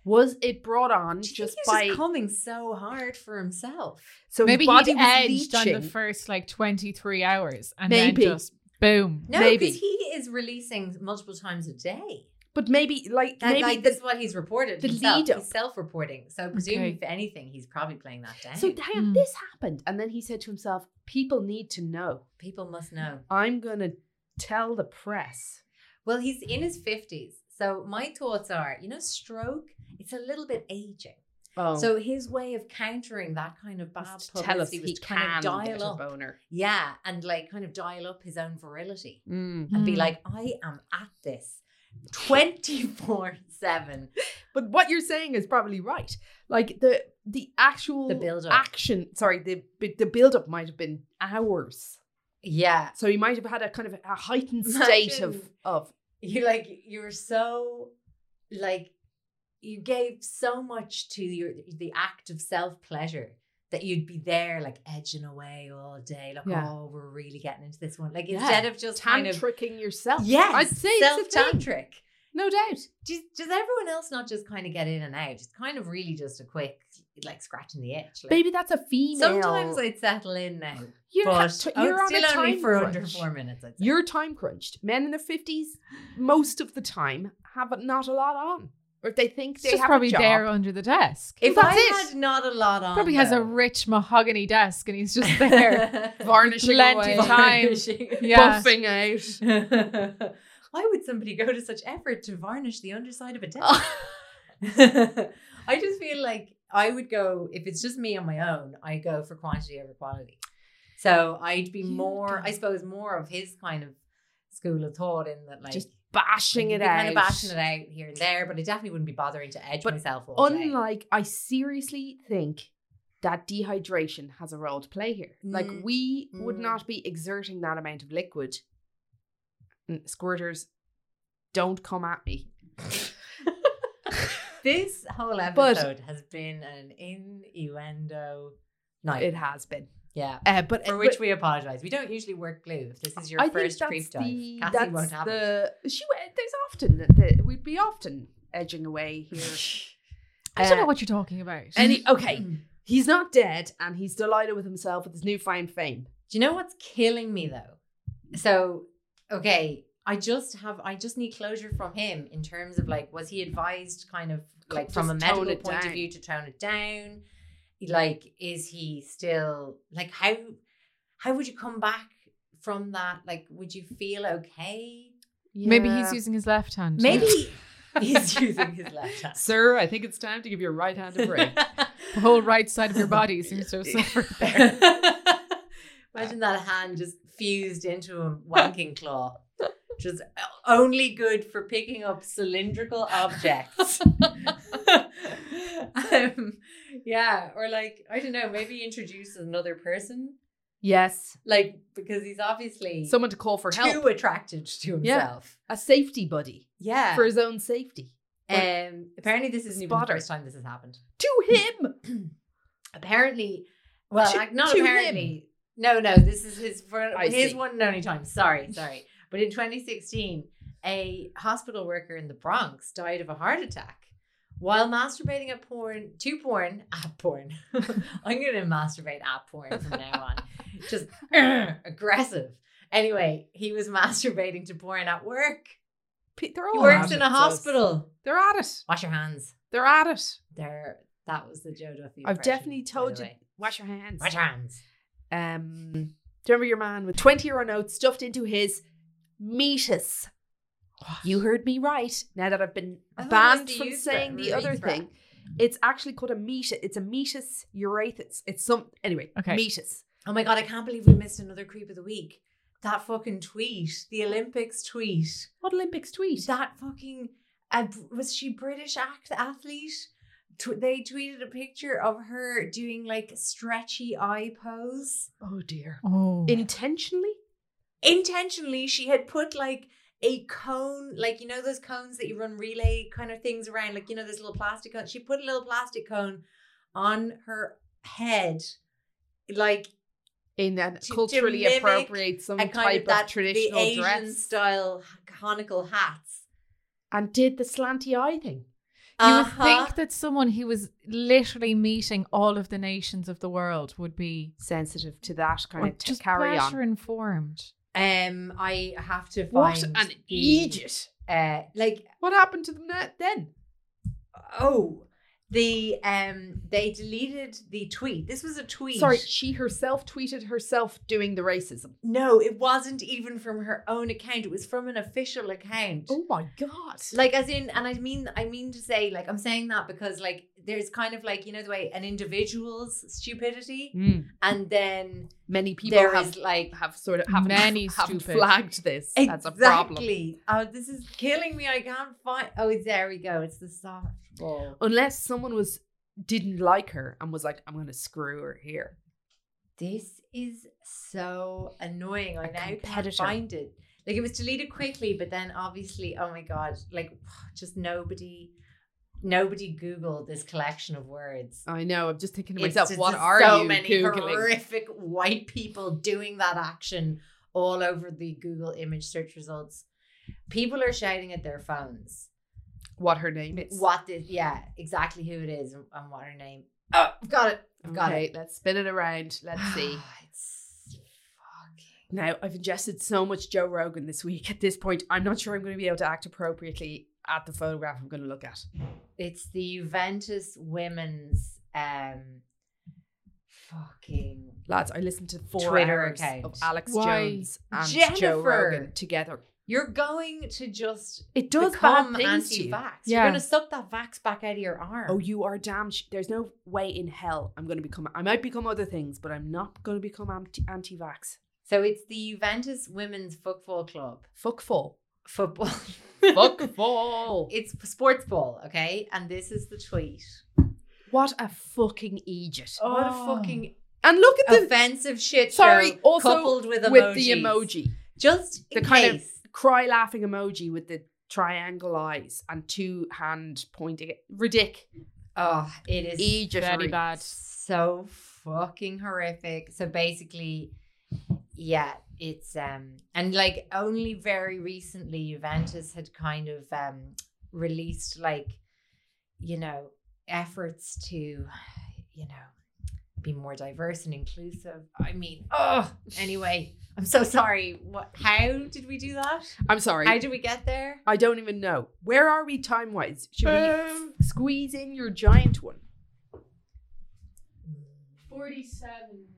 Was it brought on Do you just think he was by just coming so hard for himself. so Maybe his body he'd was edged on the leaching. first like 23 hours and Maybe. then just boom. No, Maybe. because he is releasing multiple times a day. But maybe like That, maybe like, the- that's what he's reported. the himself. lead up. He's self-reporting, so presumably, Okay. if anything, he's probably playing that down. so hang on, Mm. this happened, and then he said to himself, "People need to know. people must know. I'm gonna tell the press." Well, he's in his 50s. So my thoughts are, you know, stroke, it's a little bit aging. Oh, So his way of countering that kind of bad was to publicity tell us was he to kind can of dial get a up. boner. Yeah, and like kind of dial up his own virility and be Hmm. Mm. like, I am at this 24 7. But what you're saying is probably right. Like the the actual The build-up. action, sorry, the bi- the build up might have been hours. Yeah. So he might have had a kind of a heightened state of Imagine. of You like, you're so like, you gave so much to your the act of self pleasure that you'd be there like edging away all day, like Yeah. oh, we're really getting into this one. Like Yeah. instead of just kind of tantricking yourself. Yes, I'd say self it's a thing. tantric. No doubt. Does, does everyone else not just kind of get in and out? It's kind of really just a quick, like scratching the itch. Like, Maybe that's a female. sometimes I'd settle in now, you're, ha- but t- I'm you're on still a time only for crunch. under four minutes. I'd say. You're time crunched. Men in their fifties, most of the time, have not a lot on, or they think It's they just have probably a job. there under the desk. if Well, I that's had not a lot on, probably has a though- rich mahogany desk and he's just there. varnishing Plenty away. time. yeah. buffing out. Why would somebody go to such effort to varnish the underside of a desk? I just feel like I would go if it's just me on my own. I go for quantity over quality. So I'd be You more, I don't. suppose, more of his kind of school of thought in that, like Just like, bashing you'd it be out. kind of bashing it out here and there. But I definitely wouldn't be bothering to edge But myself. All day. Unlike, I seriously think that dehydration has a role to play here. Like, Mm. we would Mm. not be exerting that amount of liquid. Mm, Squirters, don't come at me. this whole But- episode has been an innuendo night. It has been. yeah. Uh, but For but which we apologize. We don't usually work glue. If this is your I think first that's creep dive, the- Cassie that's won't have it. the, She, w- there's often, that that we'd be often edging away here. I don't Uh, know what you're talking about. Any, okay, Mm. he's not dead and he's delighted with himself with his newfound fame. Do you know what's killing me though? So, okay, I just have I just need closure from him in terms of like, was he advised kind of like from a Just tone medical it point down. of view to tone it down? Like, is he still like how how would you come back from that? Like, would you feel okay? Maybe he's using his left hand. Maybe he's using his left hand. Sir, I think it's time to give your right hand a the whole right side of your body seems to have suffered there. Imagine that hand just fused into a wanking claw. Just only good for picking up cylindrical objects. um, yeah, or like, I don't know, maybe introduce another person. Yes. Like, because he's obviously Someone to call for too help. attracted to himself. A safety buddy Yeah. for his own safety. um, apparently, this isn't even the Spotter. first time this has happened. To him. apparently, well, To- like, not to apparently. No, no, this is his for I his see. one and only time. Sorry, sorry. But in 2016, a hospital worker in the Bronx died of a heart attack while masturbating at porn, to porn, at porn. I'm going to masturbate at porn from now on. Just aggressive. Anyway, he was masturbating to porn at work. Pe- They're He all works at in it, a sis. hospital. They're at it. Wash your hands. They're at it. There. That was the Joe Duffy. I've impression, definitely by told the you. way. Wash your hands. Wash your hands. Um, do you remember your man with 20 euro notes stuffed into his meatus? You heard me right. Now that I've been I thought that banned was the from urethra, saying the other urethra. thing, it's actually called a meatus. It's a meatus urethus. It's some anyway. Okay. Meatus. Oh my god, I can't believe we missed another creep of the week. That fucking tweet, the Olympics tweet. What Olympics tweet? That fucking uh, was she British act athlete? Tw- they tweeted a picture of her doing like stretchy eye pose. oh dear. Oh. Intentionally? Intentionally, she had put like a cone, like you know those cones that you run relay kind of things around, like you know this little plastic cone. She put a little plastic cone on her head, like In that To- to culturally mimic appropriate some a type kind of, of that traditional the Asian dress. style conical hats. And did the slanty eye thing. You Uh-huh. would think that someone who was literally meeting all of the nations of the world would be Sensitive to that kind or of t- just carry on. better informed. Um, I have to find What an the- idiot. Uh, like What happened to them that, then? oh, the um, they deleted the tweet. This was a tweet. Sorry, she herself tweeted herself doing the racism. no, it wasn't even from her own account. It was from an official account. my god! Like as in, and I mean, I mean to say, like I'm saying that because like there's kind of like you know the way an individual's stupidity, Hmm. and then many people There have is, like, have sort of have many have stupid- flagged this as a problem. Exactly. Oh, this is killing me. I can't find. Oh, there we go. It's the softball. Unless someone was didn't like her and was like, "I'm going to screw her here." This is so annoying. I A now can't competitor. find it. Like it was deleted quickly, but then obviously, oh my god! Like just nobody, nobody googled this collection of words. I know. I'm just thinking to It's myself, just "What so are you many googling?" horrific white people doing that action all over the Google image search results. People are shouting at their phones. What her name is? what the yeah exactly who it is and, and what her name oh I've got it I've got okay, it Let's spin it around. Let's see. it's fucking Now, I've ingested so much Joe Rogan this week. At this point, I'm not sure I'm going to be able to act appropriately at the photograph I'm going to look at. it's the Juventus women's um fucking Lads, I listened to four Twitter hours account. of Alex Why? Jones and Joe Jennifer! Rogan together. you're going to just It does become bad things to you. anti-vax Yeah. you're going to suck that vax back out of your arm Oh, you are damn. Sh- There's no way in hell I'm going to become. I might become other things, but I'm not going to become anti- anti-vax. so it's the Juventus women's football club Fuck fall. football Fuck fall. it's sports ball okay and this is the tweet What a fucking idiot. what a fucking And look at the. offensive shit Sorry, show also coupled with, with the emojis. emoji. Just the in kind case. of cry laughing emoji with the triangle eyes and two hand pointing. Ridic. Oh, it is Very bad. so fucking horrific. So basically, yeah, it's um and like only very recently Juventus had kind of um released like, you know, efforts to, you know, be more diverse and inclusive. I mean, oh anyway. I'm so sorry. What how did we do that? I'm sorry. How did we get there? I don't even know. Where are we time wise? Should we Um, squeeze in your giant one? 47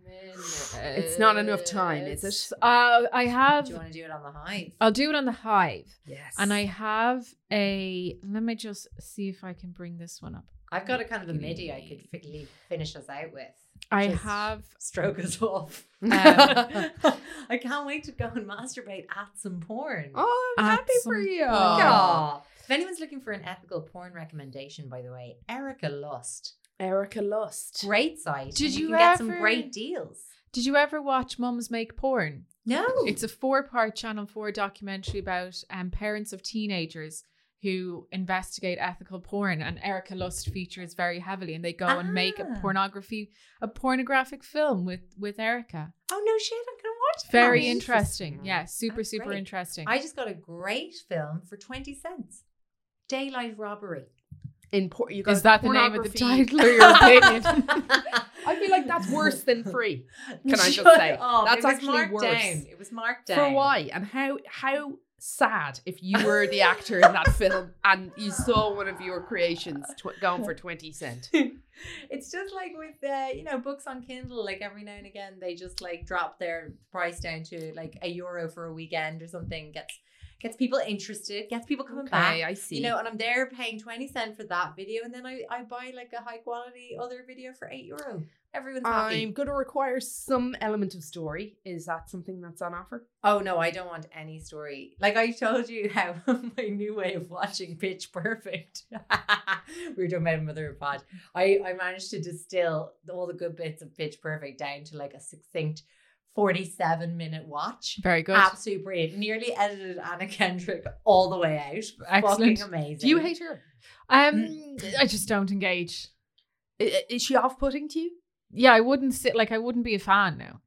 minutes. It's not enough time, is it? Uh, I have. Do you want to do it on the hive? I'll do it on the hive. Yes. And I have a. Let me just see if I can bring this one up. I've got a kind of a midi I could fi- leave, finish us out with. I Just have. stroke us off. Um, I can't wait to go and masturbate at some porn. Oh, I'm At happy for some you. point. Aw. If anyone's looking for an ethical porn recommendation, by the way, Erica Lust, Erica Lust. great site. Did and you you can get some ever- great deals? Did you ever watch Mums Make Porn? No, It's a four part Channel 4 documentary about um, parents of teenagers who investigate ethical porn, and Erica Lust features very heavily, and they go and make a Ah. pornography, a pornographic film with with Erica. Oh no shit! I'm gonna watch. that. Very Nice. interesting. Yeah, super That's super great. interesting. I just got a great film for 20 cents Daylight Robbery. In por- you got Is that the name of the pornography. title or your opinion? I feel like that's worse than free. Can I just Shut say up. that's it was actually marked worse? Down. It was marked down. For why and how? How sad if you were the actor in that film and you saw one of your creations tw- going for twenty cent. it's just like with uh, you know books on Kindle. Like every now and again, they just like drop their price down to like a euro for a weekend or something. Gets gets people interested. Gets people coming back. I see. You know, and I'm there paying twenty cent for that video, and then I, I buy like a high quality other video for eight euro. Everyone's happy. I'm going to require some element of story. Is that something that's on offer? Oh no, I don't want any story. Like I told you how my new way of watching Pitch Perfect. we were talking about Mother of Pod. I, I managed to distill all the good bits of Pitch Perfect down to like a succinct 47 minute watch. Very good. Absolutely brilliant. Nearly edited Anna Kendrick all the way out. Excellent. Fucking amazing. Do you hate her? Um, Mm. I just don't engage. I- Is she off putting to you? Yeah, I wouldn't sit like I wouldn't be a fan now.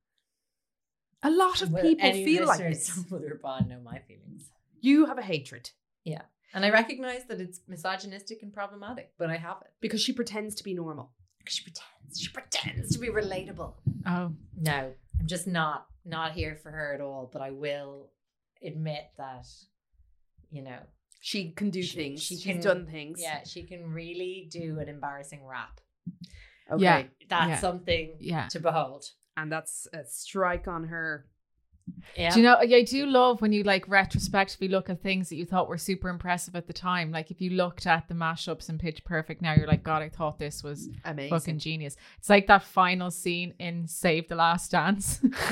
A lot of Will people any feel like listeners this. of Mother of Pod know my feelings. You have a hatred And I recognize that it's misogynistic and problematic, but I have it. because she pretends to be normal. She pretends. She pretends to be relatable. Oh, No, I'm just not not here for her at all. But I will admit that, you know, She can do She- things. she She's can- done things. yeah, she can really do an embarrassing rap. Okay. Yeah. That's Yeah. something yeah. to behold. And that's a strike on her. Yeah, Do you know? I do love when you like retrospectively look at things that you thought were super impressive at the time. Like if you looked at the mashups in Pitch Perfect now, you're like, God, I thought this was Amazing. fucking genius. It's like that final scene in Save the Last Dance.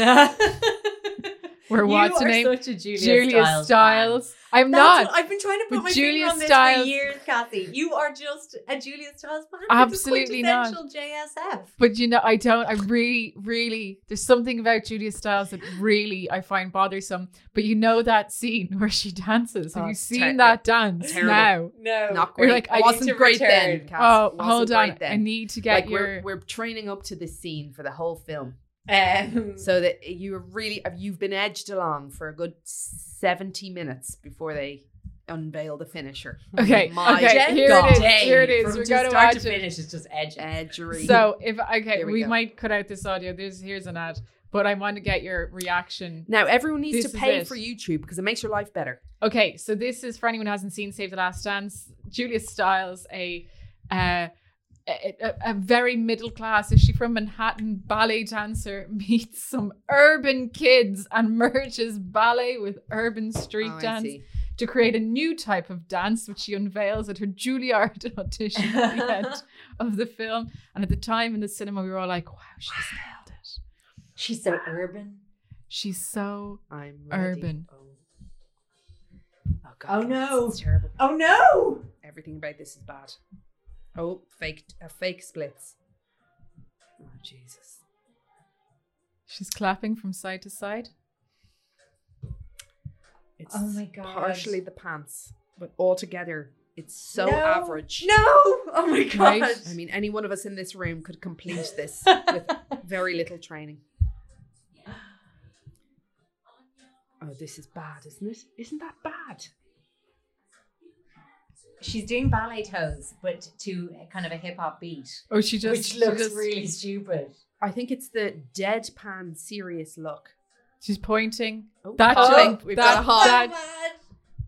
Where You what's her are name? Such a Julia, Julia Stiles. fan. Stiles. I'm That's not. what- I've been trying to put With my Julia finger on this Stiles- for years, Kathy. You are just a Julia Stiles fan. Absolutely not. Essential JSF. But you know, I don't. I really, really. There's something about Julia Stiles that really I find bothersome. But you know that scene where she dances. Have Oh, you it's seen ter- that dance terrible. now? No, Not You're great. Like, like, I I need wasn't to great then. return. Cass. Oh, Wasn't hold on. great then. I need to get like your. we're, we're training up to this scene for the whole film um, so that you're really you've been edged along for a good 70 minutes before they unveil the finisher Okay, Oh My okay, here God. it is. Dang. Here it is. From We're just gonna start watch to it. finish. It's just edge. edgery So if okay, Here we, we go. might cut out this audio. There's here's an ad, but I want to get your reaction. now everyone needs This to is pay it. for youtube because it makes your life better Okay, so this is for anyone who hasn't seen Save the Last Dance. Julia Stiles, a uh, a, a- a very middle class, is she from Manhattan, ballet dancer meets some urban kids and merges ballet with urban street Oh, I dance see. to create a new type of dance, which she unveils at her Juilliard audition at the end of the film. And at the time in the cinema, we were all like, "Wow, she's nailed it! She's so urban. She's so i'm ready. urban." oh, oh, God, Oh, Cass, no. it's terrible Oh no! everything about this is bad oh fake uh, fake splits oh jesus She's clapping from side to side. It's Oh my God. partially the pants, but altogether it's so No. average. No! Oh my god! Right? I mean, any one of us in this room could complete this with very little training. Oh, this is bad, isn't it? Isn't that bad? She's doing ballet toes, but to a kind of a hip hop beat, Oh, she just which she looks just- really stupid. I think it's the deadpan serious look. She's pointing. Oh. That Oh, joint. we've that, got a hot- that-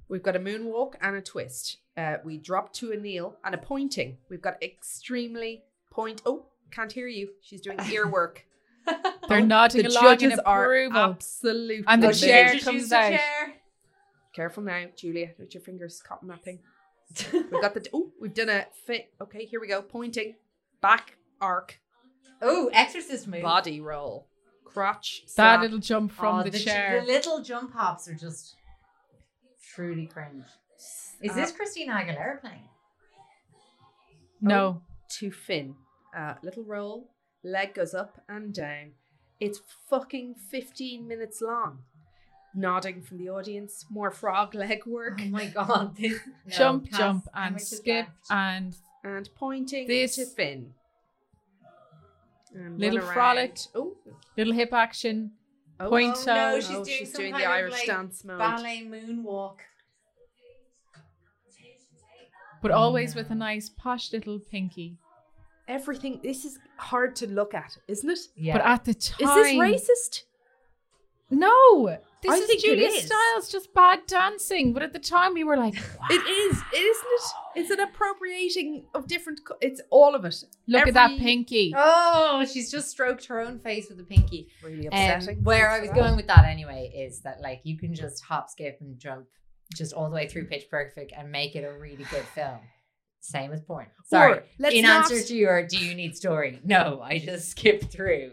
We've got a moonwalk and a twist. Uh, we drop to a kneel and a pointing. We've got extremely point. Oh, can't hear you. She's doing ear work. They're nodding the along in judges are approval. absolutely And the amazing. chair She's comes used a out. chair. Careful now, Julia. Don't your fingers caught on that thing. We've got the. Oh, we've done a fit. Okay, here we go. Pointing, back arc, Oh, exorcist move. body roll, crotch. that slap. little jump from Oh, the, ch- chair. The little jump hops are just truly cringe. Is this Uh, Christina Aguilera playing? no. to Finn. Uh, little roll, leg goes up and down. It's fucking fifteen minutes long. nodding from the audience, more frog leg work, Um, Oh my god! This, no, jump, pass. jump, How and much is skip, left? and and pointing This- to Finn. And Little run frolic. around. Oh, little hip action. oh, Point oh, no, out. she's Oh, doing, she's some doing kind the of, Irish like, dance mode. ballet moonwalk. but always with a nice posh little pinky. everything. This is hard to look at, isn't it? Yeah. But at the Is time, this racist? No, this I is think it Julia is. Styles just bad dancing. But at the time, we were like, wow. It is, isn't it? It's an appropriating of different. Co- it's all of it. Look at that Every- pinky. oh, she's just stroked her own face with a pinky. Really Um, upsetting. where I was going with that anyway is that like you can just hop, skip, and jump just all the way through Pitch Perfect and make it a really good film. Same as porn. Sorry. Or, let's In not- answer to your "Do you need story?" No, I just skipped through.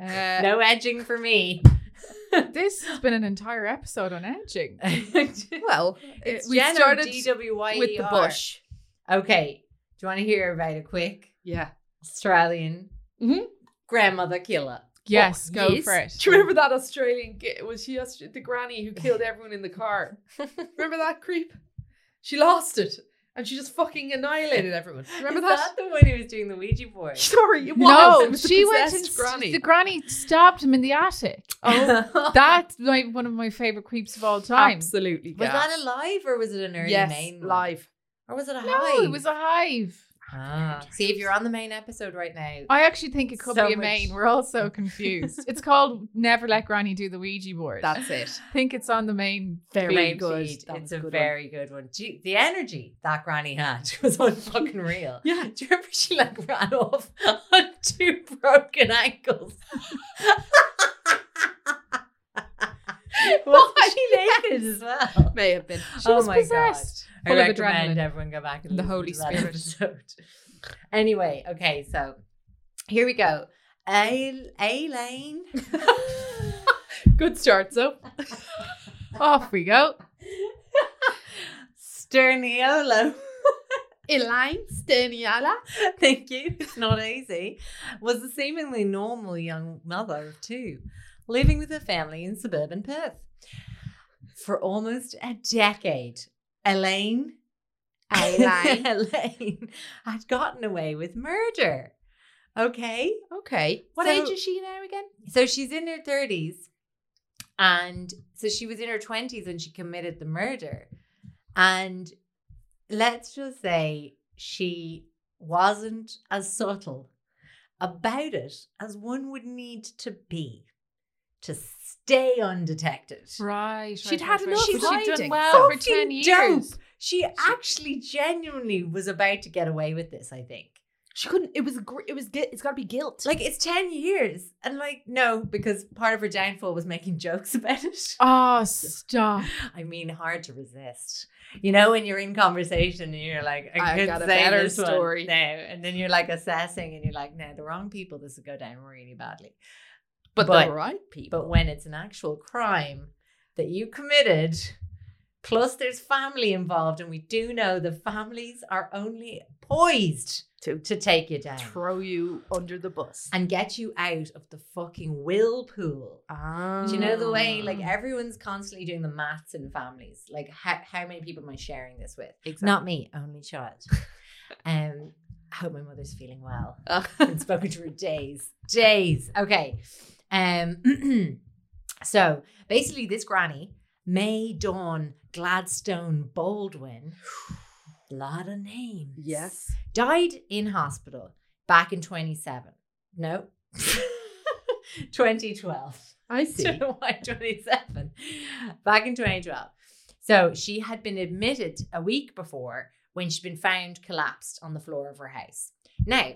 Uh, no edging for me. This has been an entire episode on edging. Uh, Well, It's we Jen or started DWYER. with the bush. E Okay. Do you want to hear about a quick Yeah. Australian Mhm. grandmother killer? Mm-hmm. Yes, Oh, go yes. for it. Do you remember that Australian? gi- Was she Aust- the granny who killed everyone in the car? remember that creep? She lost it, and she just fucking annihilated everyone. Remember Is that? the one who was doing the Ouija board? Sorry, it was. No, It was the Oh, she went and possessed granny. the granny stabbed him in the attic. Oh, That's my, one of my favorite creeps of all time. Absolutely. was gas. that a live or was it an early Yes, main? one? live. Or was it a high? No, it was a hive. Ah, see, if you're on the main episode right now, I actually think it could So be a much- main. We're all so confused. it's called Never Let Granny Do the Ouija Board. That's it. I think it's on the main. Very main good. feed, That It's was a good one. very good one. Gee, the energy that granny had was unfucking real. Yeah. Do you remember she like ran off on two broken ankles? Was she naked as well? May have been. She oh was my possessed. god! Full I of recommend adrenaline. everyone go back and The listen Holy to that Spirit. episode. Anyway, okay, so here we go. A Elaine. Good start. So Off we go. Sterniolo. Elaine Staniala. Thank you. It's not easy. Was a seemingly normal young mother of two, living with her family in suburban Perth. For almost a decade, Elaine Elaine. Elaine had gotten away with murder. Okay. okay. What age is she now again? So she's in her 30s. And so she was in her 20s and she committed the murder. And let's just say she wasn't as subtle about it as one would need to be to stay undetected. Right. She'd right, had right, enough Right. She'd- She'd hiding. done well for Fucking 10 years. dope. She actually genuinely was about to get away with this, I think. She couldn't. It was. gr- It was. gu- It's got to be guilt. Like, it's 10 years. And, like, no, because part of her downfall was making jokes about it. Oh, stop. I mean, hard to resist. You know, when you're in conversation and you're like, I, I could got a say better this one story. now, and then you're like assessing, and you're like, no, the wrong people. This would go down really badly. but, but- the right people. But when it's an actual crime that you committed, plus there's family involved, and we do know the families are only poised To- to take you down throw you under the bus. and get you out of the fucking whirlpool Ah. do you know the way like everyone's constantly doing the maths in families? Like how, how many people am I sharing this with? Exactly. Not me, only child. um, I hope my mother's feeling well. Ah. I've spoken to her days, days. Okay. Um, so basically, this granny, May Dawn Gladstone Baldwin, lot of names. yes. Died in hospital back in 27. No. 2012 I to Y twenty seven back in twenty twelve. So she had been admitted a week before when she'd been found collapsed on the floor of her house. Now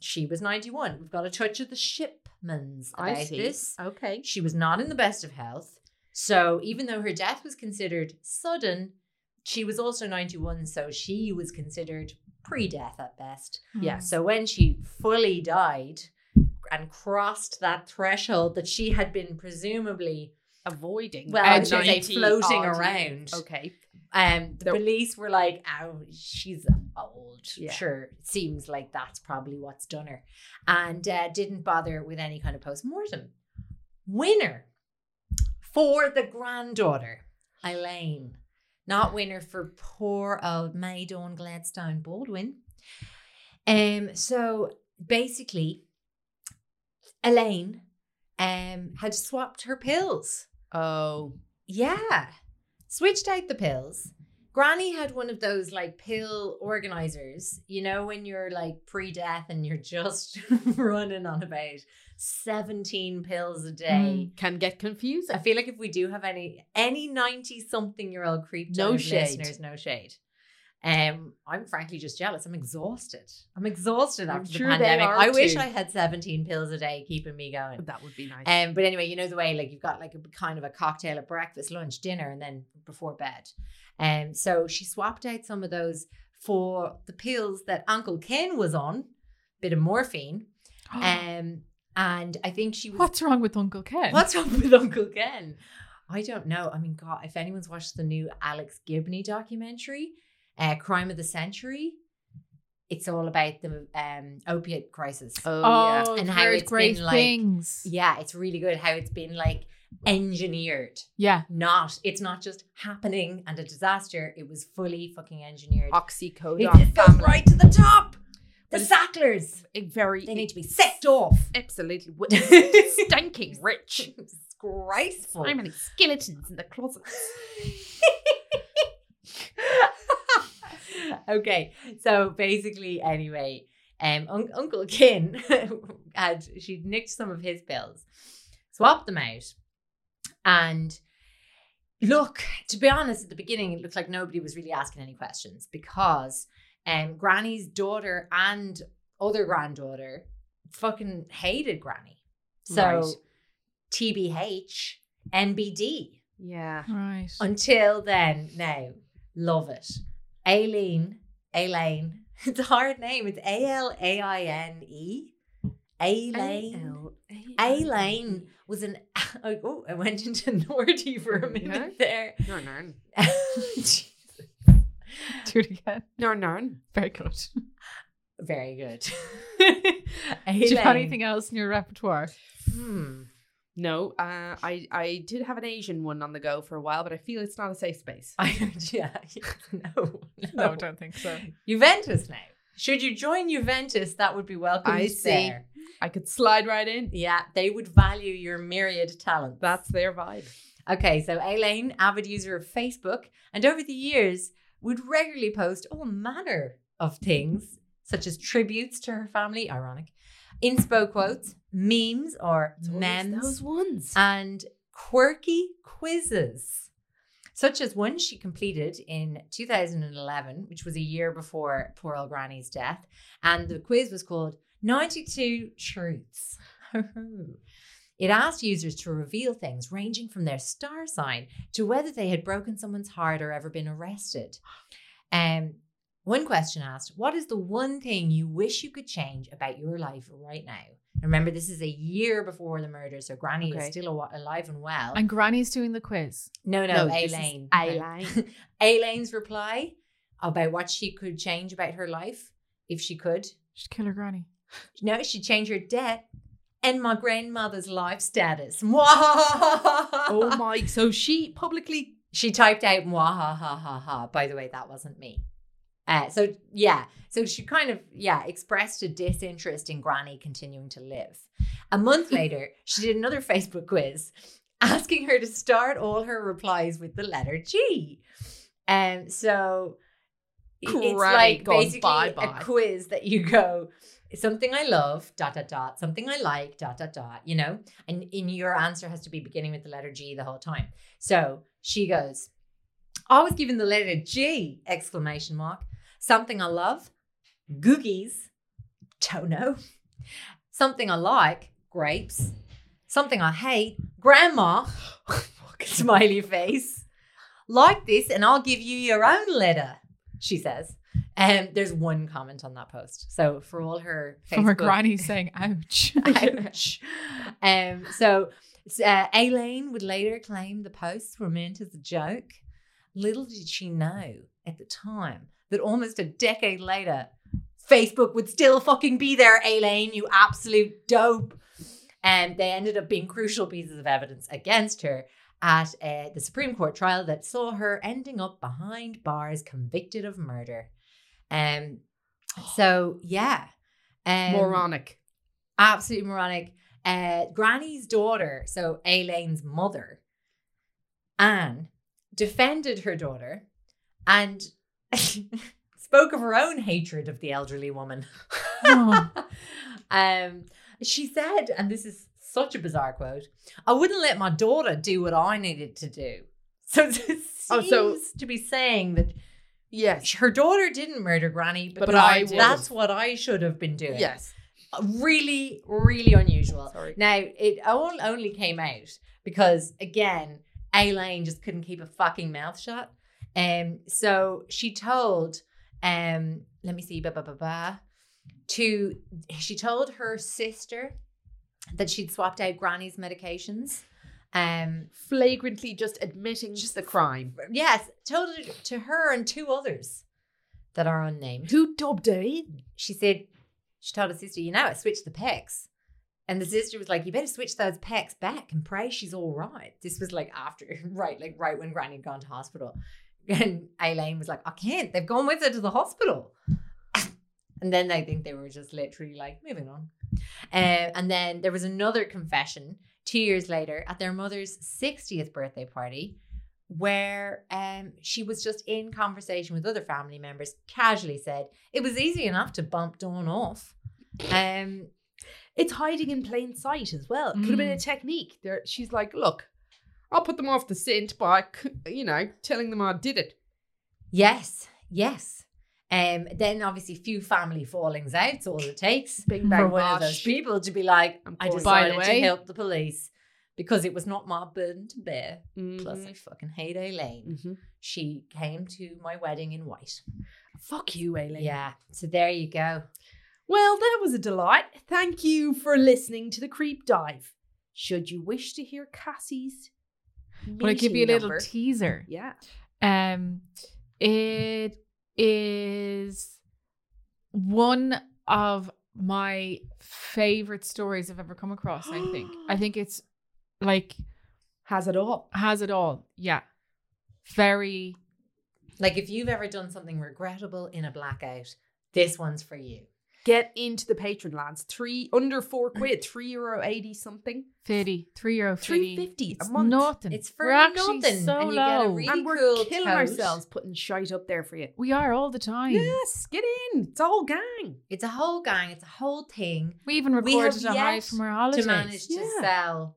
she was ninety one. We've got a touch of the shipmans about I see. this. Okay. She was not in the best of health. So even though her death was considered sudden, she was also ninety one. So she was considered pre death at best. Yeah. So when she fully died and crossed that threshold that she had been presumably, Avoiding. well, the I should say 90 floating odd- around, Okay. um, the There- police were like, oh, she's old. Yeah. Sure. Seems like that's probably what's done her. And uh, didn't bother with any kind of post mortem. Winner for the granddaughter, Elaine. Not winner for poor old May Dawn Gladstone Baldwin. Um, so basically, Elaine um had swapped her pills. Oh. Yeah. Switched out the pills. Granny had one of those like pill organizers, you know, when you're like pre death and you're just running on about 17 pills a day. Hmm. Can get confusing. I feel like if we do have any any 90 something year old creep No no shade. listeners, no shade. Um, I'm frankly just jealous. I'm exhausted. I'm exhausted I'm after sure the they pandemic. are I wish too. I had 17 pills a day keeping me going. That would be nice. Um, but anyway, you know the way, like you've got like a kind of a cocktail at breakfast, lunch, dinner, and then before bed. Um, so she swapped out some of those for the pills that Uncle Ken was on, bit of morphine. Um, and I think she was What's wrong with Uncle Ken? What's up with Uncle Ken? I don't know. I mean, God, if anyone's watched the new Alex Gibney documentary, uh, Crime of the Century, it's all about the um, opiate crisis. oh, And and how it's great been, like- things. Yeah, it's really good how it's been like engineered. yeah. Not, it's not just happening and a disaster. It was fully fucking engineered. Oxycodone. It goes right to the top. The Sacklers. A very They need to be sacked off. absolutely wi- stinking rich. Disgraceful. How many skeletons in the closet? okay, so basically, anyway, um, un- Uncle Kin had she'd nicked some of his pills, swapped them out, and look. To be honest, at the beginning, it looked like nobody was really asking any questions because um, Granny's daughter and other granddaughter fucking hated Granny, so Right. TBH, NBD Yeah. Right. until then, now, love it. Aileen, Elaine. It's a hard name. It's A L A I N E. Aileen. Aileen was an. Oh, I went into Nordy for a minute there. Narn, narn. Do it again. Narn, narn. Very good. Very good. Do you have Aileen. anything else in your repertoire? Hmm. No, uh, I, I did have an Asian one on the go for a while, but I feel it's not a safe space. I, yeah, no, No, no. I don't think so. Juventus now. Should you join Juventus, that would be welcome. I see. I could slide right in. Yeah, they would value your myriad talent. That's their vibe. Okay, so Elaine, avid user of Facebook, and over the years would regularly post all manner of things, such as tributes to her family, ironic, inspo quotes, memes or It's always Those memes, ones. and quirky quizzes, such as one she completed in 2011, which was a year before poor old Granny's death. And the quiz was called 92 Truths. It asked users to reveal things ranging from their star sign to whether they had broken someone's heart or ever been arrested. Um, one question asked, What is the one thing you wish you could change about your life right now? And Remember, this is a year before the murder, so Granny is Okay. still awa- alive and well. And Granny's doing the quiz. no, No, no, this is Elaine. Aileen. Aileen's reply about what she could change about her life, if she could. She'd kill her granny. No, she changed her debt and my grandmother's life status. Mwahahahaha. oh my. So she publicly. She typed out mwahahahaha. By the way, that wasn't me. Uh, so yeah, so she kind of yeah expressed a disinterest in Granny continuing to live. A month later, she did another Facebook quiz, asking her to start all her replies with the letter G. Um, so Granny it's like gone basically bye-bye. a quiz that you go something I love dot dot dot something I like dot dot dot you know, and in your answer has to be beginning with the letter G the whole time. So she goes, I was given the letter G exclamation mark. Something I love, googies, tono. Something I like, grapes. Something I hate, grandma. Smiley face. Like this, and I'll give you your own letter. She says. And um, there's one comment on that post. So for all her Facebook From her granny saying, ouch. Ouch. um, so uh, Aileen would later claim the posts were meant as a joke. Little did she know at the time that almost a decade later, Facebook would still fucking be there, Aileen, you absolute dope. And they ended up being crucial pieces of evidence against her. at uh, the Supreme Court trial that saw her ending up behind bars convicted of murder. Um, so, yeah. Um, Moronic. Absolutely moronic. Uh, Granny's daughter, so Aileen's mother, Anne, defended her daughter and spoke of her own hatred of the elderly woman. um, she said, and this is such a bizarre quote I wouldn't let my daughter do what I needed to do. So it seems Oh, so- to be saying that Yes. her daughter didn't murder Granny, but, But I I- did. that's what I should have been doing Yes. really, really unusual. Sorry. Now, it all only came out because, again, Aileen just couldn't keep a fucking mouth shut. Um, so she told, um, let me see, ba ba ba ba, to she told her sister that she'd swapped out Granny's medications. Um, Flagrantly just admitting just the crime. yes, told it to her and two others that are unnamed Who dubbed it? she said, she told her sister, you know, I switched the pecs. And the sister was like, you better switch those pecs back and pray she's all right. This was like after, right, like right when Granny had gone to hospital. And Aileen was like, I can't. They've gone with her to the hospital. And then they think they were just literally like moving on. Uh, and then there was another confession two years later at their mother's 60th birthday party where um, she was just in conversation with other family members, casually said, It was easy enough to bump Dawn off. Um, It's hiding in plain sight as well. It Could have been a technique. There, she's like, look, I'll put them off the scent by, c- you know, telling them I did it. yes, yes. Um, then obviously, few family fallings out's all it takes Bing, for bang, one of those bosh. people to be like, I'm I calling. By the decided way- to help the police because it was not my burden to bear. Plus, I Mhm. fucking hate Elaine. Mhm. She came to my wedding in white. Fuck you, Aileen. Yeah. So there you go. Well, that was a delight. Thank you for listening to the Creep Dive. Should you wish to hear Cassie's, But I give you a meeting little number- teaser. yeah, Um, it is one of my favorite stories I've ever come across. I think. I think it's like has it all. has it all. Yeah, very. Like if you've ever done something regrettable in a blackout, this one's for you. Get into the patron lands. Three under four quid, three euro eighty something. Fitty, three euro fitty. 3.50 a It's month. Nothing. It's for We're actually nothing, So and you get a low. really- And we're cool killing tote. ourselves putting shite up there for you. we are all the time. Yes, get in. It's all gang. It's a whole gang, it's a whole thing. We even We have recorded a high yet from our holidays. To manage to Yeah. sell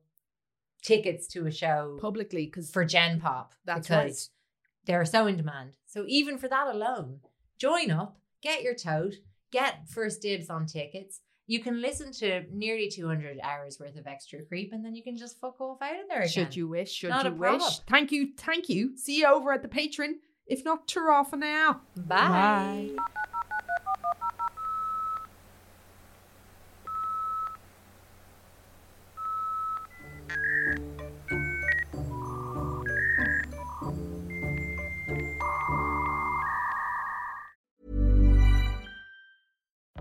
tickets to a show Publicly, because for Gen Pop. That's because right. They're so in demand. So even for that alone, join up, get your tote, get first dibs on tickets. You can listen to nearly 200 hours worth of extra creep and then you can just fuck off out of there again. should you wish, should Not you a wish. problem. Thank you, thank you. See you over at the patron. If not, tour off for now. Bye.